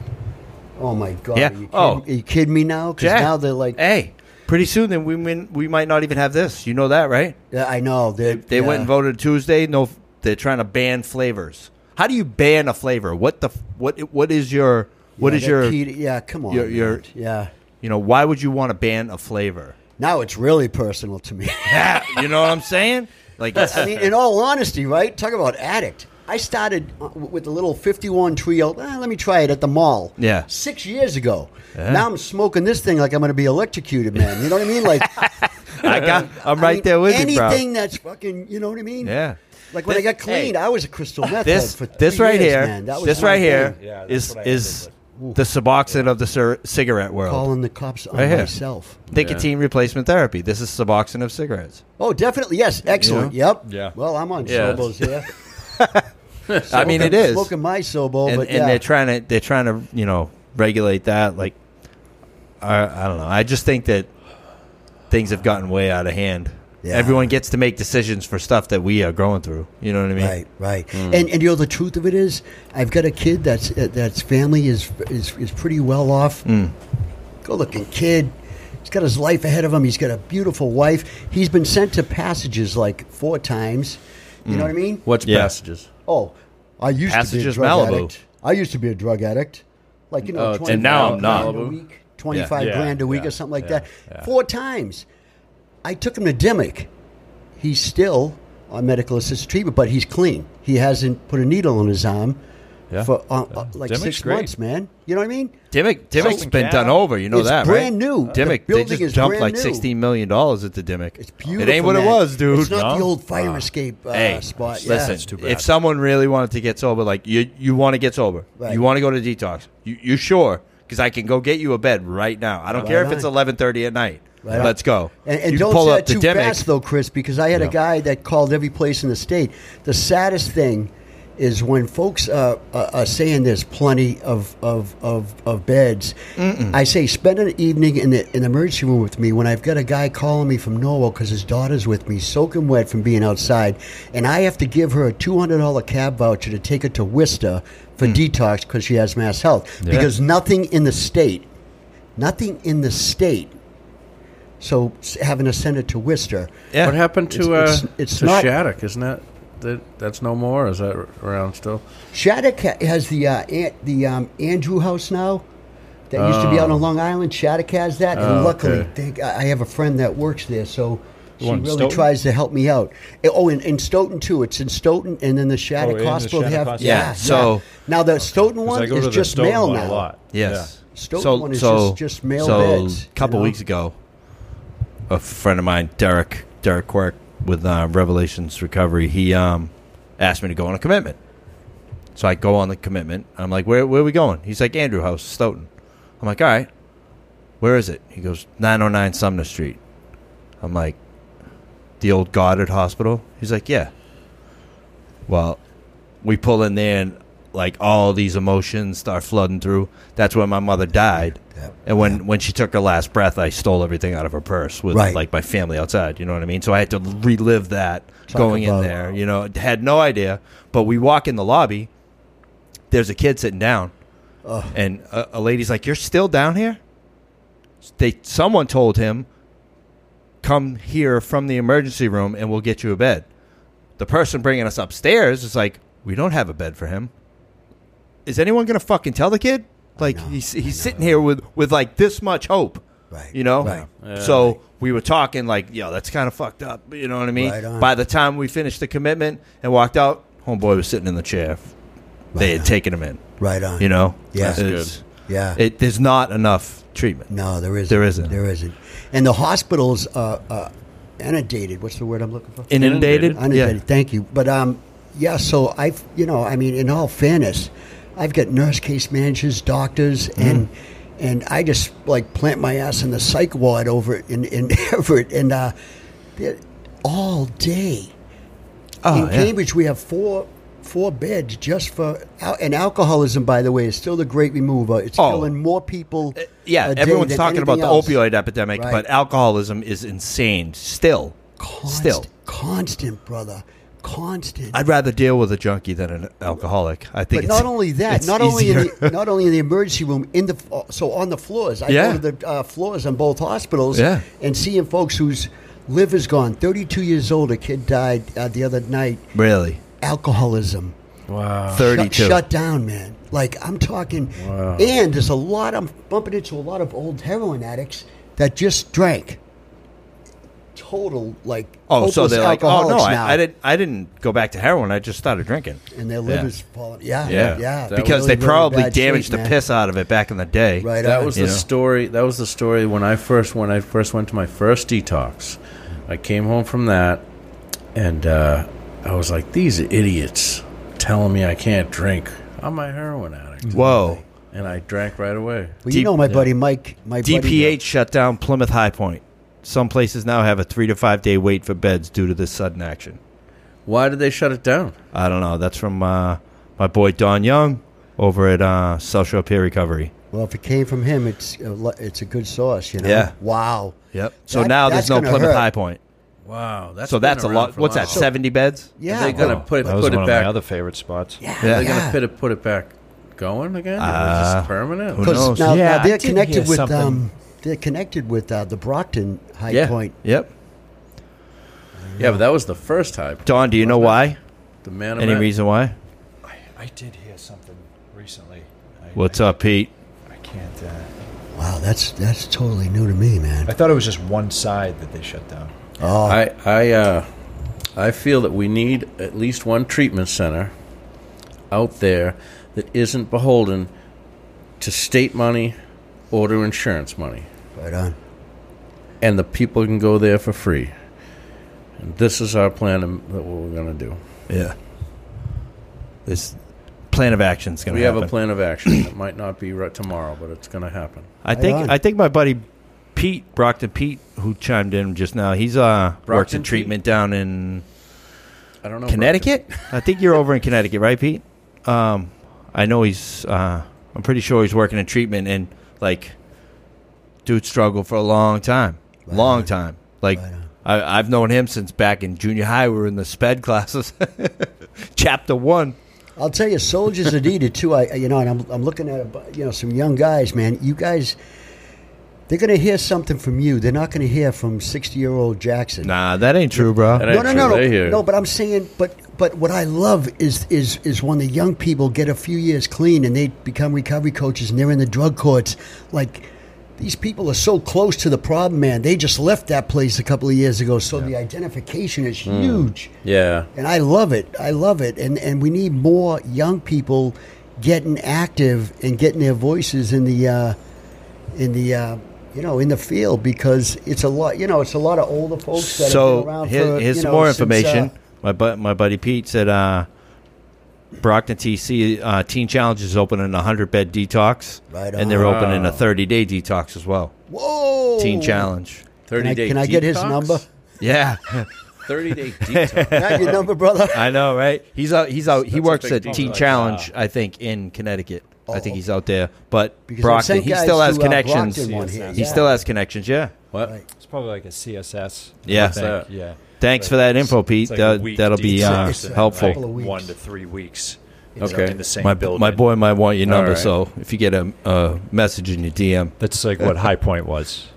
S3: Oh my God!
S2: Yeah.
S3: Are you kidding,
S2: Oh.
S3: are you kidding me now? Because now they're like,
S2: hey, pretty soon then we min- we might not even have this. You know that, right?
S3: Yeah, I know. They,
S2: They
S3: yeah.
S2: went and voted Tuesday. No, they're trying to ban flavors. How do you ban a flavor? What the f- what what is your what
S3: yeah,
S2: is
S3: that
S2: your
S3: key to- yeah? Come on,
S2: your- your-
S3: man. yeah.
S2: you know why would you want to ban a flavor?
S3: Now it's really personal to me.
S2: Yeah, you know what I'm saying? Like it's,
S3: I mean, in all honesty, right? Talk about addict. I started uh, w- with the little 51 trio. Ah, let me try it at the mall.
S2: Yeah.
S3: Six years ago. Now I'm smoking this thing like I'm going to be electrocuted, man. You know what I mean? Like,
S2: I got I'm
S3: I
S2: right
S3: mean,
S2: there with you, bro.
S3: Anything that's fucking, you know what I mean?
S2: Yeah.
S3: Like when I got clean, I was a crystal meth
S2: this
S3: head for
S2: this
S3: three
S2: right
S3: years,
S2: here
S3: man. That was
S2: this
S3: my
S2: right
S3: thing.
S2: here
S4: Yeah, that's
S2: is
S4: what I
S2: is
S4: did,
S2: the suboxone of the cir- cigarette world.
S3: Calling the cops on
S2: Right here.
S3: myself.
S2: Nicotine replacement therapy. This is suboxone of cigarettes.
S3: Oh, definitely. Yes. Excellent. Yep.
S4: Yeah.
S3: Well, I'm on
S1: Yeah.
S3: Sobos here.
S2: I mean, it
S3: Smoking-
S2: is.
S3: Smoking my Sobo,
S2: and,
S3: but
S2: and
S3: yeah.
S2: they're trying to they're trying to you know regulate that like I, I don't know i just think that things have gotten way out of hand
S3: Yeah.
S2: everyone gets to make decisions for stuff that we are going through you know what i mean Hmm.
S3: Right, right, and and you know the truth of it is, I've got a kid that's uh, that's family is is, is pretty well off,
S2: Hmm.
S3: good looking kid. He's got his life ahead of him. He's got a beautiful wife. He's been sent to passages like four times. You
S2: Hmm.
S3: know what I mean?
S1: What's
S2: Yeah.
S1: passages?
S3: Oh, I used
S2: Passages
S3: to be a drug
S2: Malibu.
S3: addict. I used to be a drug addict. Like you know,
S1: Oh,
S3: 25
S2: and now I'm
S3: grand
S1: not.
S3: A week, Twenty-five
S4: Yeah,
S3: grand a week
S4: yeah,
S3: or something like
S4: yeah,
S3: that.
S4: yeah.
S3: Four times. I took him to Dimmock. He's still on medical assisted treatment, but he's clean. He hasn't put a needle on his arm
S4: Yeah,
S3: for uh, uh,
S4: yeah.
S3: like
S4: Dimmock's
S3: six
S4: great.
S3: months, man. You know what I mean?
S2: dimmick dimmick's
S4: Something
S2: been
S4: cow.
S2: done over you know
S3: It's
S2: that
S3: brand
S2: right?
S3: new. The
S2: dimmick they
S3: building
S2: just
S3: is
S2: dumped
S3: brand
S2: like
S3: new.
S2: 16 million dollars at the dimmick
S3: It's beautiful.
S2: it ain't what it
S3: man.
S2: was dude
S3: It's not
S4: No?
S3: the old fire escape uh,
S2: Hey,
S3: spot. Yeah.
S2: Listen,
S4: That's too bad.
S2: if someone really wanted to get sober, like you, you want to get sober,
S3: Right.
S2: you want to go to detox, you, you sure? Because I can go get you a bed right now. I don't care if
S3: Right
S2: it's
S3: on.
S2: eleven thirty at night.
S3: Right on.
S2: Let's go.
S3: And, and
S2: you
S3: don't
S2: pull
S3: say
S2: up
S3: that
S2: the
S3: too
S2: dimmick.
S3: fast, though, Chris, because I had a
S4: Yeah.
S3: guy that called every place in the state. The saddest thing is when folks uh, are, are saying there's plenty of of, of, of beds. I say spend an evening in the in the emergency room with me when I've got a guy calling me from Norwell because his daughter's with me, soaking wet from being outside, and I have to give her a two hundred dollar cab voucher to take her to Worcester for
S2: Mm.
S3: detox because she has mass health because nothing in the state nothing in the state. So s- having to send it to Worcester.
S2: Yeah.
S1: What happened to
S3: It's-
S1: uh,
S3: it's- it's
S1: to
S3: not-
S1: Shattuck? Isn't that, that that's no more? Is that around still?
S3: Shattuck ha- has the uh, an- the um, Andrew House now. That used to be out
S4: Oh.
S3: on Long Island. Shattuck has that, and
S1: Oh,
S3: luckily,
S1: okay.
S3: thank, I I have a friend that works there, so she
S4: one
S3: really
S4: in Stoughton?
S3: tries to help me out. Eh, Oh, in, in Stoughton too. It's in Stoughton, and then the Shattuck
S4: in Oh, the
S3: Hospital. they
S4: Shattuck
S3: have
S4: Hospital.
S2: Yeah, so-
S3: now the Stoughton
S4: 'Cause
S3: one
S4: I go
S3: is
S4: to the
S3: just
S4: Stoughton
S3: male
S4: one
S3: now.
S4: a lot.
S2: Yes.
S3: Stoughton
S2: so,
S3: one is
S2: so,
S3: just- just male
S2: so
S3: beds,
S2: A couple
S3: you know?
S2: weeks ago, a friend of mine, Derek Derek Quirk, with uh, Revelations Recovery, he um, asked me to go on a commitment. So I go on the commitment. I'm like, where where are we going? He's like, Andrew House, Stoughton. I'm like, all right. Where is it? He goes, 909 Sumner Street. I'm like, the old Goddard Hospital? He's like, yeah. Well, we pull in there and like all these emotions start flooding through. That's when my mother died. And when, when she took her last breath, I stole everything out of her purse with
S3: Right.
S2: like my family outside. You know what I mean? So I had to relive that
S3: Talk
S2: going in
S3: about-
S2: there. You know, had no idea. But we walk in the lobby there's a kid sitting down, and a, a lady's like, "You're still down here?" They someone told him, "Come here from the emergency room, and we'll get you a bed." The person bringing us upstairs is like, "We don't have a bed for him." Is anyone gonna fucking tell the kid? Like
S3: know,
S2: he's
S3: I
S2: he's sitting here with with like this much hope,
S3: Right,
S2: You know,
S3: right.
S2: so we were talking like, yo, that's kind of fucked up. You know what I mean?
S3: Right on.
S2: By the time we finished the commitment and walked out, homeboy was sitting in the chair. they
S3: Right
S2: had
S3: on.
S2: taken him in.
S3: Right on.
S2: You know?
S3: Yeah. That's
S2: It's-
S3: Yeah.
S2: It, there's not enough treatment.
S3: no, there isn't.
S2: There isn't.
S3: There isn't. And the hospitals are uh, inundated. What's the word I'm looking for?
S2: Inundated?
S3: Inundated. Thank you. But um, yeah. So I've you know I mean in all fairness, I've got nurse case managers, doctors,
S2: Mm-hmm.
S3: and and I just like plant my ass in the psych ward over in in Everett and uh, they're- all day.
S2: Yeah. Oh,
S3: in
S2: yeah.
S3: Cambridge, we have four four beds just for al- and alcoholism. By the way, is still the great remover. It's
S2: Oh. Uh,
S3: killing more people.
S2: Yeah,
S3: a day
S2: everyone's
S3: than
S2: talking about the
S3: anything else.
S2: opioid epidemic,
S3: Right.
S2: but alcoholism is insane still.
S3: Const-
S2: Still.
S3: constant, brother, constant.
S2: I'd rather deal with a junkie than an alcoholic. I think
S3: but
S2: it's-
S3: not only that,
S2: it's
S3: not only in
S2: easier.
S3: the, not only in the emergency room, in the uh, so on the floors. I
S2: Yeah.
S3: go to the uh, floors on both hospitals,
S2: Yeah.
S3: and seeing folks whose liver's gone. Thirty-two years old, a kid died uh, the other night.
S2: really.
S3: Alcoholism.
S1: Wow.
S2: 32.
S3: Shut, shut down, man. Like I'm talking, and there's a lot. I'm bumping into a lot of old heroin addicts that just drank. Total like
S2: Oh, so
S3: hopeless
S2: they're like, oh no,
S3: alcoholics now,
S2: I, I didn't, I didn't go back to heroin. I just started drinking
S3: and their livers falling. Yeah,
S2: Yeah.
S3: yeah,
S1: That
S2: because they
S3: Really, really
S2: probably
S3: bad
S2: damaged
S3: shape,
S2: the
S3: man.
S2: piss out of it back in the day.
S3: Right,
S1: That
S3: on.
S1: was
S2: You
S1: the
S2: know?
S1: story. That was the story when I first when I first went to my first detox. I came home from that, and uh, I was like, "These idiots telling me I can't drink. I'm a heroin addict."
S2: Whoa.
S1: And I drank right away.
S3: Well, you
S2: D-
S3: know my buddy Mike. My buddy, uh,
S2: DPH shut down Plymouth High Point. Some places now have a three to five day wait for beds due to this sudden action.
S1: Why did they shut it down?
S2: I don't know. That's from uh, my boy Don Young over at uh, South Shore Peer Recovery.
S3: well, if it came from him, it's a, lo- it's a good source, you know.
S2: Yeah.
S3: Wow.
S2: Yep. So
S3: That-
S2: now there's
S3: that's
S2: no
S3: gonna
S2: Plymouth
S3: hurt.
S2: High Point.
S1: Wow. That's
S2: so that's a lot. What's that? Seventy beds?
S3: Yeah.
S1: They're gonna
S3: well,
S1: put it
S4: that was
S1: put
S4: one
S1: it
S4: of
S1: back.
S4: my other favorite spots.
S3: Yeah.
S2: Yeah.
S1: They're
S3: yeah.
S1: gonna put it put it back going again. Is
S2: Uh,
S1: this permanent?
S2: who
S3: 'Cause
S2: knows?
S3: Now,
S4: Yeah,
S3: now
S4: I
S3: they're
S4: did hear
S3: connected with
S4: something.
S3: um, they're connected with uh, the Brockton High
S1: Yeah.
S3: Point.
S2: Yep.
S1: Yeah, but that was the first hype.
S2: Don, do you know why?
S1: The man.
S2: Any
S1: about-
S2: reason why?
S4: I, I did hear something recently. I,
S2: What's up, Pete?
S4: I can't. Uh,
S3: Wow, that's that's totally new to me,
S4: I
S3: man.
S4: thought it was just one side that they shut down.
S3: Oh,
S1: I I uh, I feel that we need at least one treatment center out there that isn't beholden to state money or to insurance money,
S3: right on.
S1: and the people can go there for free. And this is our plan and what we're going to do.
S2: Yeah. This plan of action is going
S1: We
S2: to
S1: have
S2: happen.
S1: a plan of action. It might not be right tomorrow, but it's going to happen.
S2: I
S3: Right
S2: think
S3: on.
S2: I think my buddy Pete Brockton Pete who chimed in just now. He's uh works
S1: Brockton
S2: in
S1: Pete?
S2: treatment down in
S1: I don't know.
S2: Connecticut. I think you're over in Connecticut, right, Pete? Um, I know he's. Uh, I'm pretty sure he's working in treatment and like, dude struggled for a long time, long time. Like, I, I've known him since back in junior high. We were in the sped classes, chapter one.
S3: I'll tell you, soldiers are needed too. I, you know, and I'm, I'm looking at a, bu- you know some young guys, man. You guys, they're gonna hear something from you. They're not gonna hear from sixty year old Jackson.
S2: Nah, that ain't true, bro.
S1: That
S3: no,
S1: ain't
S3: no,
S1: true.
S3: no,
S1: They
S3: no,
S1: hear.
S3: no. But I'm saying, but but what I love is is is when the young people get a few years clean and they become recovery coaches and they're in the drug courts. Like these people are so close to the problem, man. They just left that place a couple of years ago, so the identification is
S1: Hmm.
S3: huge,
S1: Yeah.
S3: and I love it. I love it, and and we need more young people getting active and getting their voices in the. Uh, in the uh, you know in the field because it's a lot you know it's a lot of older folks that have
S2: so
S3: been around
S2: here-
S3: for,
S2: here's
S3: you
S2: some
S3: know,
S2: more
S3: since, uh,
S2: information. my bu- my buddy Pete said uh, Brockton TC uh, Teen Challenge is opening a 100 bed detox,
S3: Right
S2: and they're
S1: on.
S2: opening a
S1: Wow.
S2: 30 day detox as well.
S3: whoa
S2: Teen Challenge.
S1: Thirty
S3: I-
S1: day.
S3: can I get his
S1: detox?
S3: number?
S2: Yeah,
S1: Thirty day detox.
S3: Can I have your number, brother.
S2: I know, right? He's out. He's out. He
S1: That's a
S2: works
S1: big
S2: at
S1: deal.
S2: Teen
S1: Like,
S2: Challenge, I think, in Connecticut. I
S3: Oh,
S2: think
S3: okay.
S2: he's out there, but
S3: Because I
S2: Brockton,
S3: sent
S2: he
S3: guys
S2: still has
S3: to, uh,
S2: connections.
S3: Brockton one here,
S2: He
S3: yeah.
S2: still has connections. Yeah.
S1: What?
S3: Right.
S4: It's probably like a CSS.
S2: Yeah.
S4: I think,
S1: What's that?
S4: yeah.
S2: Thanks
S4: But
S2: for that
S4: it's-
S2: info, Pete.
S4: it's like a
S2: that,
S4: week
S2: that'll be
S4: detox
S2: uh,
S3: It's a
S4: and
S2: helpful.
S3: couple of
S4: Like
S3: weeks.
S4: one to three weeks. It's
S1: Okay.
S4: in the same
S2: My,
S4: building.
S2: my boy might want your
S1: All
S2: number,
S1: right.
S2: so if you get a, a message in your DM,
S4: That's like what High Point was.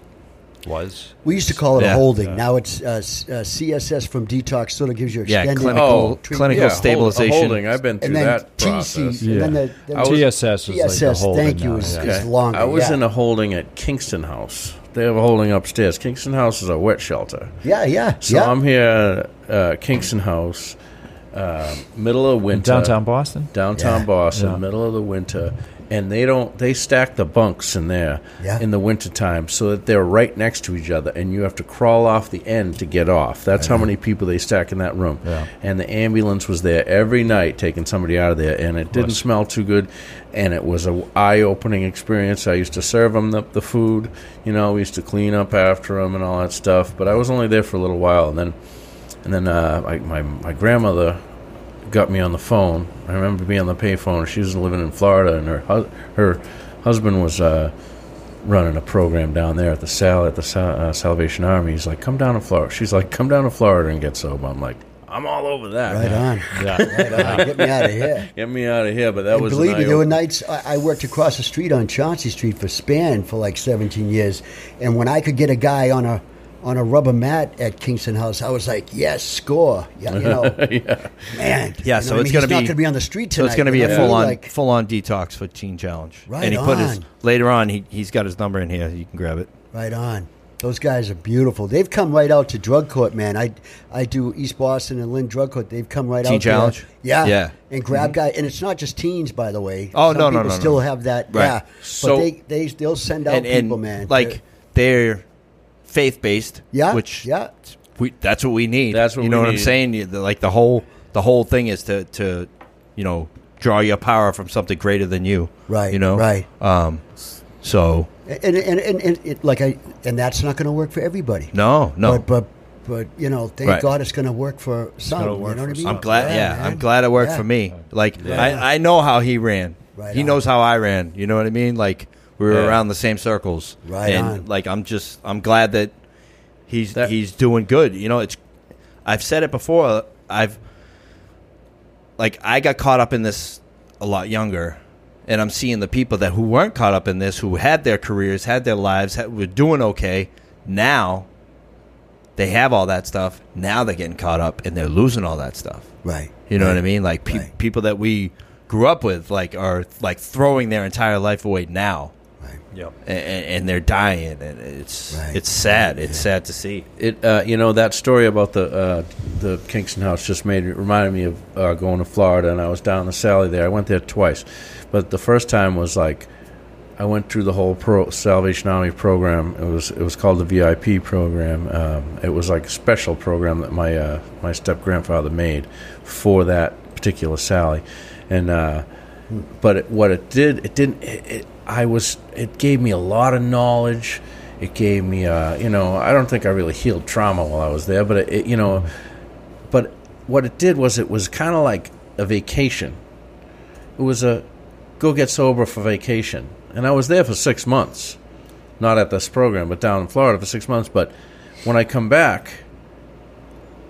S4: Was
S3: We used to call it
S2: Yeah.
S3: a holding.
S4: Yeah.
S3: Now it's uh, s- uh, CSS from detox, sort of gives you
S2: Yeah,
S3: extended
S2: clinical-
S3: oh,
S2: clinical
S1: hold- a
S2: stabilization.
S1: holding. I've been through
S3: and then
S1: that process.
S3: TC, and then the, then
S1: I was-
S4: TSS was like the
S3: TSS,
S4: holding.
S3: thank you,
S4: now,
S3: is-
S4: yeah.
S3: is- longer,
S1: I was
S3: yeah.
S1: in a holding at Kingston House. They have a holding upstairs. Kingston House is a wet shelter.
S3: yeah, yeah,
S1: So
S3: yeah.
S1: I'm here, uh, Kingston House, uh, middle of winter,
S4: downtown Boston.
S1: downtown
S3: Yeah.
S1: Boston,
S4: Yeah.
S1: middle of the winter, and they don't they stack the bunks in there
S3: Yeah.
S1: in the wintertime so that they're right next to each other, and you have to crawl off the end to get off. That's how many people they stack in that room.
S4: Yeah.
S1: And the ambulance was there every night taking somebody out of there, and it didn't smell too good, and it was a eye opening experience. I used to serve them the, the food, you know, we used to clean up after them and all that stuff. But I was only there for a little while, and then. And then uh, I, my my grandmother got me on the phone. I remember being on the payphone. She was living in Florida, and her hu- her husband was uh, running a program down there at the Sal at the Sa- uh, Salvation Army. He's like, "Come down to Florida." She's like, "Come down to Florida and get sober." I'm like, "I'm all over that.
S3: right on.
S4: Yeah.
S3: Right on. Get me out of here.
S1: Get me out of here." But that
S3: And
S1: was an
S3: believe me, there
S1: eye-opener.
S3: were nights I, I worked across the street on Chauncey Street for Span for like 17 years, and when I could get a guy on a on a rubber mat at Kingston House, I was like, yes, score. Yeah, you know,
S1: yeah.
S2: Yeah,
S3: man. You know
S2: so
S3: what I
S2: it's
S3: mean?
S2: gonna
S3: He's not
S2: be-
S3: going to be on the street
S2: so
S3: tonight.
S2: it's going to be
S3: you
S2: a
S3: know what I mean?
S2: full on
S3: Like,
S2: full on detox for Teen Challenge.
S3: Right
S2: and he put his
S3: on.
S2: later on. He he's got his number in here. You can grab it.
S3: Right on. Those guys are beautiful. They've come right out to drug court, man. I I do East Boston and Lynn drug court. They've come right
S2: Teen
S3: out there.
S2: challenge?
S3: Yeah,
S2: Yeah. Mm-hmm.
S3: And grab guy, and it's not just teens, by the way.
S2: Oh,
S3: Some
S2: no, no,
S3: people
S2: no, no.
S3: Still have that.
S2: Right.
S3: Yeah,
S2: So-
S3: but they they they'll send out
S2: and, and
S3: people, man.
S2: like they're faith based.
S3: yeah,
S2: which
S3: yeah,
S2: we that's what we need.
S1: That's what
S2: you
S1: we
S2: know what I'm
S1: need.
S2: saying. You- the- Like the whole the whole thing is to to you know draw your power from something greater than you.
S3: Right,
S2: You know.
S3: right.
S2: Um. So
S3: and and and, and it, like I and that's not going to work for everybody.
S2: no, no.
S3: but but but you know, thank
S2: Right.
S3: God it's going to work for some.
S4: work
S3: you know what
S4: for
S3: I mean?
S4: some.
S2: I'm glad. Yeah,
S3: man.
S2: I'm glad it worked
S3: Yeah.
S2: for me. Like
S3: Yeah.
S2: I, I know how he ran.
S3: Right
S2: he
S3: on.
S2: knows how I ran. You know what I mean? Like we were
S1: Yeah.
S2: around the same circles.
S3: Right
S2: And
S3: on.
S2: like I'm just I'm glad that he's
S1: That-
S2: he's doing good. You know, it's I've said it before. I've like I got caught up in this a lot younger, and I'm seeing the people that who weren't caught up in this, who had their careers, had their lives, had, were doing okay. Now they have all that stuff. Now they're getting caught up and they're losing all that stuff.
S3: Right.
S2: You know
S3: right.
S2: what I mean? Like pe-
S3: Right.
S2: people that we grew up with, like are like throwing their entire life away now,
S3: Right.
S4: Yep.
S2: and, and they're dying, and it's
S3: Right.
S2: it's sad. It's sad to see.
S1: it uh, you know that story about the uh, the Kingston house just made it reminded me of uh, going to Florida and I was down in the Sally there. I went there twice, but the first time was like I went through the whole pro Salvation Army program. It was it was called the VIP program. Um, it was like a special program that my uh, my step grandfather made for that particular Sally, and. Uh, but it, what it did it didn't it, it, i was it gave me a lot of knowledge it gave me uh, you know i don't think i really healed trauma while i was there but it, it you know but what it did was it was kind of like a vacation it was a go get sober for vacation and i was there for six months not at this program but down in florida for six months but when i come back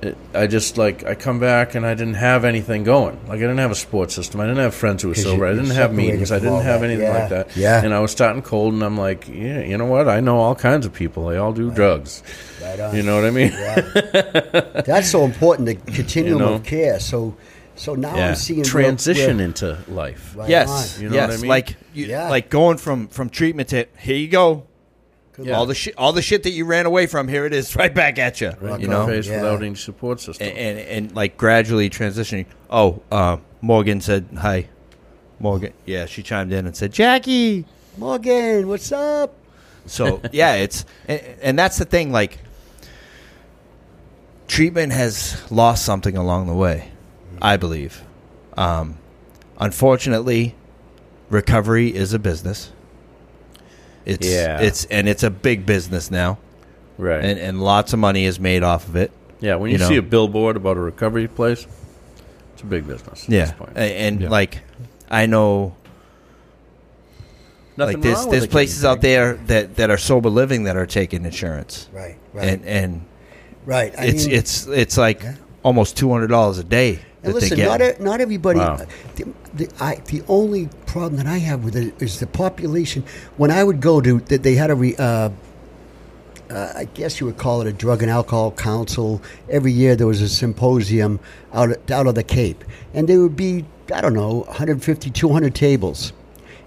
S1: it, I just like I come back and I didn't have anything going. Like I didn't have a sports system. I didn't have friends who were
S3: 'Cause you-
S1: sober. I
S3: you're
S1: didn't have
S3: separated
S1: meetings. I
S3: from
S1: didn't
S3: all
S1: have
S3: that.
S1: anything
S3: Yeah,
S1: like that.
S3: yeah.
S1: And I was starting cold, and I'm like, yeah, you know what? I know all kinds of people. They all do drugs.
S3: Right on.
S1: You know what I mean?
S3: Yeah. That's so important, the
S1: You
S3: continuum
S1: know?
S3: of care. So so now
S2: Yeah.
S3: I'm seeing where-
S1: Transition into life.
S3: Right
S2: yes,
S3: on.
S1: You know
S2: yes,
S1: what I mean?
S2: like you,
S3: Yeah.
S2: like going from from treatment to here you go.
S1: Yeah.
S2: All the shit, all the shit that you ran away from, here it is, right back at you.
S1: Right
S2: you
S1: in your
S2: know,
S1: face
S3: Yeah.
S1: without any support system.
S2: and, and and, like gradually transitioning. Oh, uh, Morgan said hi. Morgan, yeah, she chimed in and said Jackie.
S3: Morgan, what's up?
S2: So yeah, it's and, and that's the thing. Like treatment has lost something along the way,
S1: Mm-hmm.
S2: I believe. Um, unfortunately, recovery is a business. It's
S1: Yeah.
S2: it's and it's a big business now,
S1: right.
S2: and and lots of money is made off of it.
S1: yeah. When you,
S2: you know.
S1: see a billboard about a recovery place, it's a big business. At
S2: Yeah,
S1: this point.
S2: A- and
S4: Yeah.
S2: like I know
S1: Nothing
S2: like there's
S1: wrong with
S2: there's
S1: it,
S2: places
S1: you
S2: out there that that are sober living that are taking insurance,
S3: Right, right,
S2: and and
S3: right. I
S2: it's
S3: mean,
S2: it's it's like
S3: Yeah.
S2: almost two hundred dollars a day that
S3: And listen,
S2: they get.
S3: not e- not everybody.
S1: Wow.
S3: The, the, I, the only problem that I have with it is the population. When I would go to, that they had a, re, uh, uh, I guess you would call it a drug and alcohol council. Every year there was a symposium out at- out of the Cape, and there would be I don't know 150, 200 tables.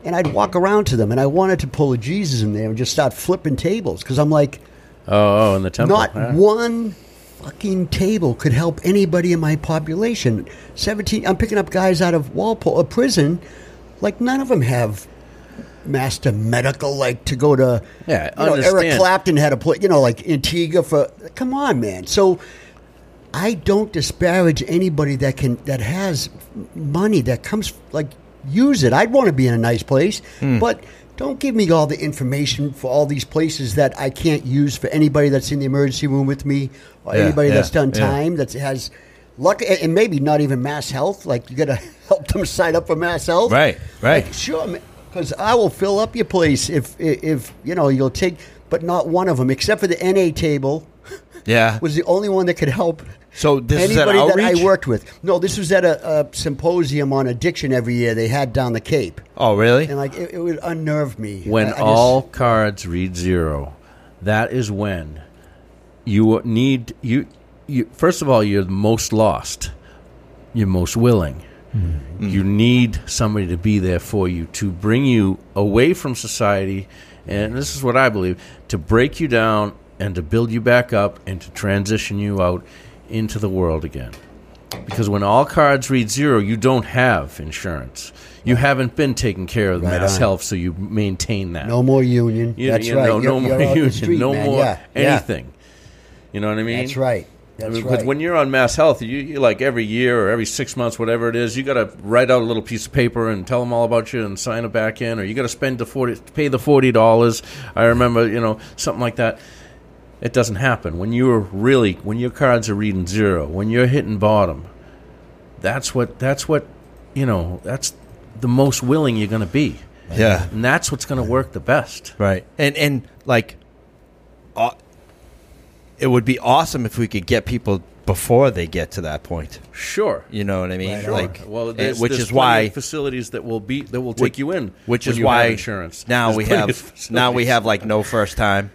S3: And I'd walk around to them, and I wanted to pull a Jesus in there and just start flipping tables because I'm like,
S1: Oh, oh, in the temple.
S3: not
S1: huh?
S3: one fucking table could help anybody in my population. 17, I'm picking up guys out of Walpole, a prison, like none of them have master medical, like to go to,
S1: Yeah,
S3: you know, Eric
S1: understand.
S3: Clapton had a place, you know, like Antigua for, come on, man. So I don't disparage anybody that can, that has money that comes, like, use it. I'd want to be in a nice place,
S4: Hmm.
S3: but don't give me all the information for all these places that I can't use for anybody that's in the emergency room with me or
S4: Yeah,
S3: anybody
S4: yeah,
S3: that's done
S4: yeah.
S3: time that has luck and and maybe not even mass health like you got to help them sign up for mass health
S2: Right, right.
S3: Like, sure because i will fill up your place if if, if you know you'll take but not one of them except for the na table
S2: Yeah.
S3: was the only one that could help
S2: So this is at
S3: anybody that
S2: outreach?
S3: i worked with no this was at a, a symposium on addiction every year they had down the cape
S2: Oh, really?
S3: and like it, it would unnerve me
S1: when
S3: I- I just-
S1: all cards read zero that is when you need you, you first of all you're the most lost you're most willing
S3: Mm-hmm.
S1: you need somebody to be there for you to bring you away from society and this is what i believe to break you down and to build you back up and to transition you out into the world again because when all cards read zero, you don't have insurance. You haven't been taking care of the
S3: Right
S1: mass
S3: on.
S1: health, so you maintain that.
S3: no more union
S1: You-
S3: that's
S1: you
S3: right
S1: know,
S3: You're-
S1: no
S3: you're
S1: more
S3: out on the
S1: union,
S3: street,
S1: no
S3: man.
S1: more
S3: Yeah, yeah.
S1: anything. You know what I mean?
S3: That's right.
S1: I
S3: That's
S1: mean, 'cause
S3: right.
S1: when you're on mass health, you, you like every year or every six months, whatever it is, you got to write out a little piece of paper and tell them all about you and sign it back in, or you got to spend the forty, pay the forty dollars. I remember, you know, something like that. It doesn't happen when you're really when your cards are reading zero, when you're hitting bottom. That's what. That's what. You know. That's the most willing you're going to be,
S2: Yeah.
S1: and that's what's going to work the best.
S2: Right. And and like, aw- it would be awesome if we could get people before they get to that point.
S1: Sure.
S2: You know what I mean?
S1: Sure.
S2: Like,
S1: well,
S2: eh,
S1: there's,
S2: which
S1: there's
S2: is
S1: plenty
S2: why
S1: of facilities that will be that will take you in,
S2: which
S1: when
S2: is
S1: you
S2: why
S1: have insurance.
S2: Now
S1: There's
S2: we
S1: plenty
S2: have
S1: of facilities.
S2: now we have like no first time.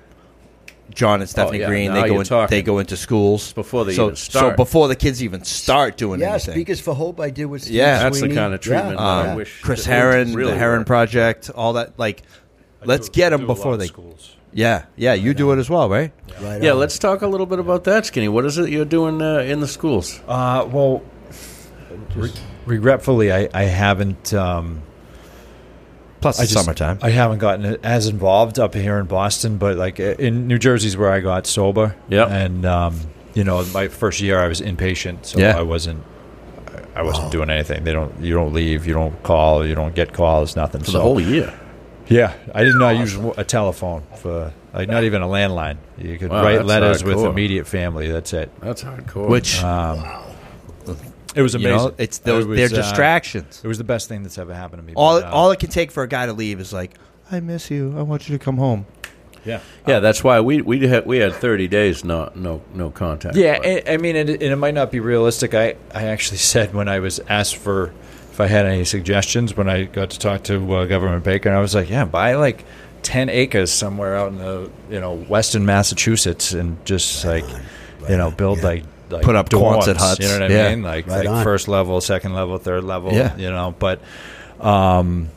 S2: John and Stephanie
S1: Oh, yeah,
S2: Green,
S1: now
S2: they
S1: you're
S2: go in,
S1: talking.
S2: they go into schools
S1: Before they
S2: so,
S1: even start.
S2: So before the kids even start doing
S3: yeah,
S2: anything,
S3: Speakers for Hope I did with Steve
S2: Yeah,
S1: that's the
S3: Sweeney.
S1: kind of treatment
S3: Yeah.
S1: that
S2: Um,
S1: I wish.
S2: Chris
S1: that would
S2: Heron,
S1: really
S2: the Heron
S1: work.
S2: Project, all that. Like, let's get them before they.
S4: schools.
S2: Yeah, yeah. You do it as well, right?
S3: Right
S1: Yeah,
S3: on.
S1: let's talk a little bit about that, Skinny. What is it you're doing uh, in the schools?
S4: Uh, well, re- regretfully, I, I haven't. Um,
S2: Plus,
S4: I
S2: it's
S4: just-
S2: summertime.
S4: I haven't gotten as involved up here in Boston, but like uh, in New Jersey's where I got sober.
S1: Yep.
S4: And um, you know, my first year I was inpatient, so
S2: Yeah.
S4: I wasn't. I- I wasn't doing anything. They don't. You don't leave. You don't call. You don't get calls. Nothing.
S1: For
S4: so
S1: the whole year.
S4: yeah, I did not use a telephone for like not even a landline. You could
S1: Wow,
S2: uh,
S4: write
S1: that's
S4: letters with
S1: hardcore.
S4: immediate family. That's it.
S1: That's hardcore.
S2: Which
S4: Uh, It was
S2: you
S4: amazing.
S2: know, it's those,
S4: It was,
S2: they're
S4: uh,
S2: distractions.
S4: It was the best thing that's ever happened to me.
S2: all
S4: but, uh,
S2: all it can take for a guy to leave is like, I miss you. I want you to come home.
S4: yeah.
S1: Yeah, that's why we we had we had 30 days not no no contact.
S4: Yeah,
S1: But-
S4: and, I mean, and, and it might not be realistic. I, I actually said when I was asked for if I had any suggestions when I got to talk to uh, Government Baker, and I was like, yeah, buy like ten acres somewhere out in the you know western Massachusetts, and just like you know build like. Like
S2: Put up
S4: dorms,
S2: Quonset huts.
S4: you know what I
S2: Yeah.
S4: mean? Like,
S3: Right
S4: like
S3: on.
S4: first level, second level, third level.
S2: Yeah.
S4: you know. But um,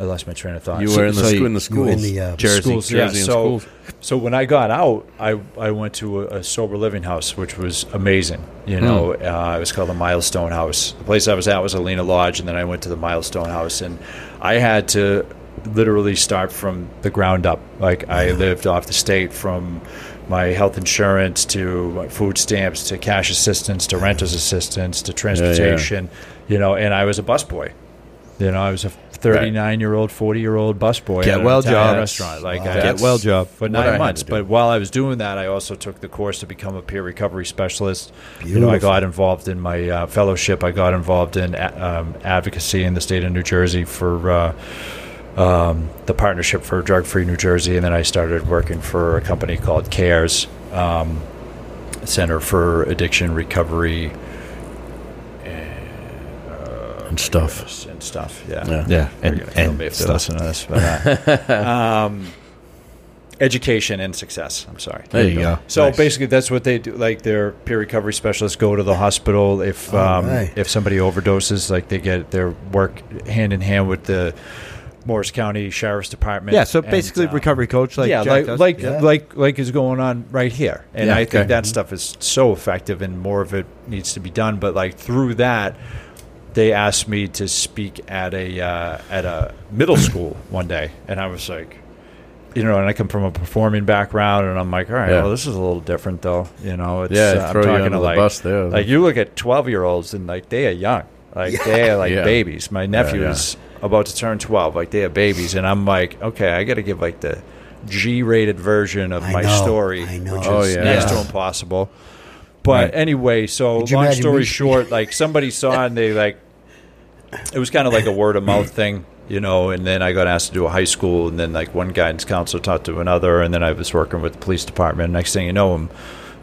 S4: I lost my train of thought.
S1: you
S2: so-
S1: were in the
S2: so
S1: sc-
S2: you-
S1: in the
S3: You were
S1: schools.
S3: in the, uh,
S2: Jersey.
S4: schools,
S1: Jersey
S4: yeah.
S1: and
S4: So,
S1: schools.
S4: so when I got out, I I went to a, a sober living house, which was amazing. You know, uh, it was called the Milestone House. The place I was at was Alina Lodge, and then I went to the Milestone House, and I had to literally start from the ground up. Like I lived off the state from my health insurance to my food stamps to cash assistance to renters assistance to transportation. You know, and I was a busboy. You know, I was a 39 year old, 40 year old busboy.
S2: Get
S4: at an
S2: well
S4: Italian
S2: job.
S4: Restaurant. Like, I
S2: Get
S4: had
S2: well job.
S4: For
S1: I had
S4: nine
S1: to
S4: months.
S1: do.
S4: But while I was doing that, I also took the course to become a peer recovery specialist. You know, I
S3: Beautiful.
S4: got involved in my uh, fellowship, I got involved in a- um, advocacy in the state of New Jersey for. Uh, um, the partnership for drug free New Jersey, and then I started working for a company called CARES um, Center for Addiction Recovery
S2: uh,
S1: and stuff.
S4: Yes, and stuff. Yeah,
S1: Yeah.
S2: Yeah, and,
S4: They're gonna kill
S2: and
S4: me if they
S2: stuff.
S4: listen to this. But, uh, um, education and success. I'm sorry.
S2: There you go.
S4: So
S1: Nice.
S4: basically, that's what they do. Like their peer recovery specialists go to the hospital if
S2: Oh,
S3: All
S4: um,
S3: right.
S4: if somebody overdoses. Like they get their work hand in hand with the Morris County Sheriff's Department.
S2: Yeah, so
S4: and,
S2: basically
S4: um,
S2: recovery coach, like
S4: yeah,
S2: Jack
S4: like
S2: does.
S4: like,
S3: Yeah.
S4: like like is going on right here, and
S1: Yeah,
S4: I think
S1: okay.
S4: that stuff is so effective, and more of it needs to be done. But like through that, they asked me to speak at a uh, at a middle school one day, and I was like, you know, and I come from a performing background, and I'm like, all right,
S1: Yeah.
S4: well, this is a little different, though. You know, it's,
S1: Yeah,
S4: uh,
S1: throw
S4: I'm
S1: you
S4: talking
S1: under
S4: to
S1: the
S4: like
S1: bus there.
S4: like you look at twelve year olds, and like they are young, like they are like
S1: Yeah.
S4: babies. My nephew
S1: yeah.
S4: is about to turn 12 like they have babies and i'm like okay i gotta give like the g-rated version of
S3: I
S4: my
S3: know,
S4: story
S3: I know.
S4: which
S1: Oh,
S4: is
S1: yeah.
S4: next to
S1: Yeah.
S4: impossible but
S2: Right.
S4: anyway so
S3: Could you
S4: long
S3: imagine
S4: story
S3: me-
S4: short like somebody saw and they like it was kind of like a word of mouth thing you know and then i got asked to do a high school and then like one guidance counselor talked to another and then i was working with the police department next thing you know i'm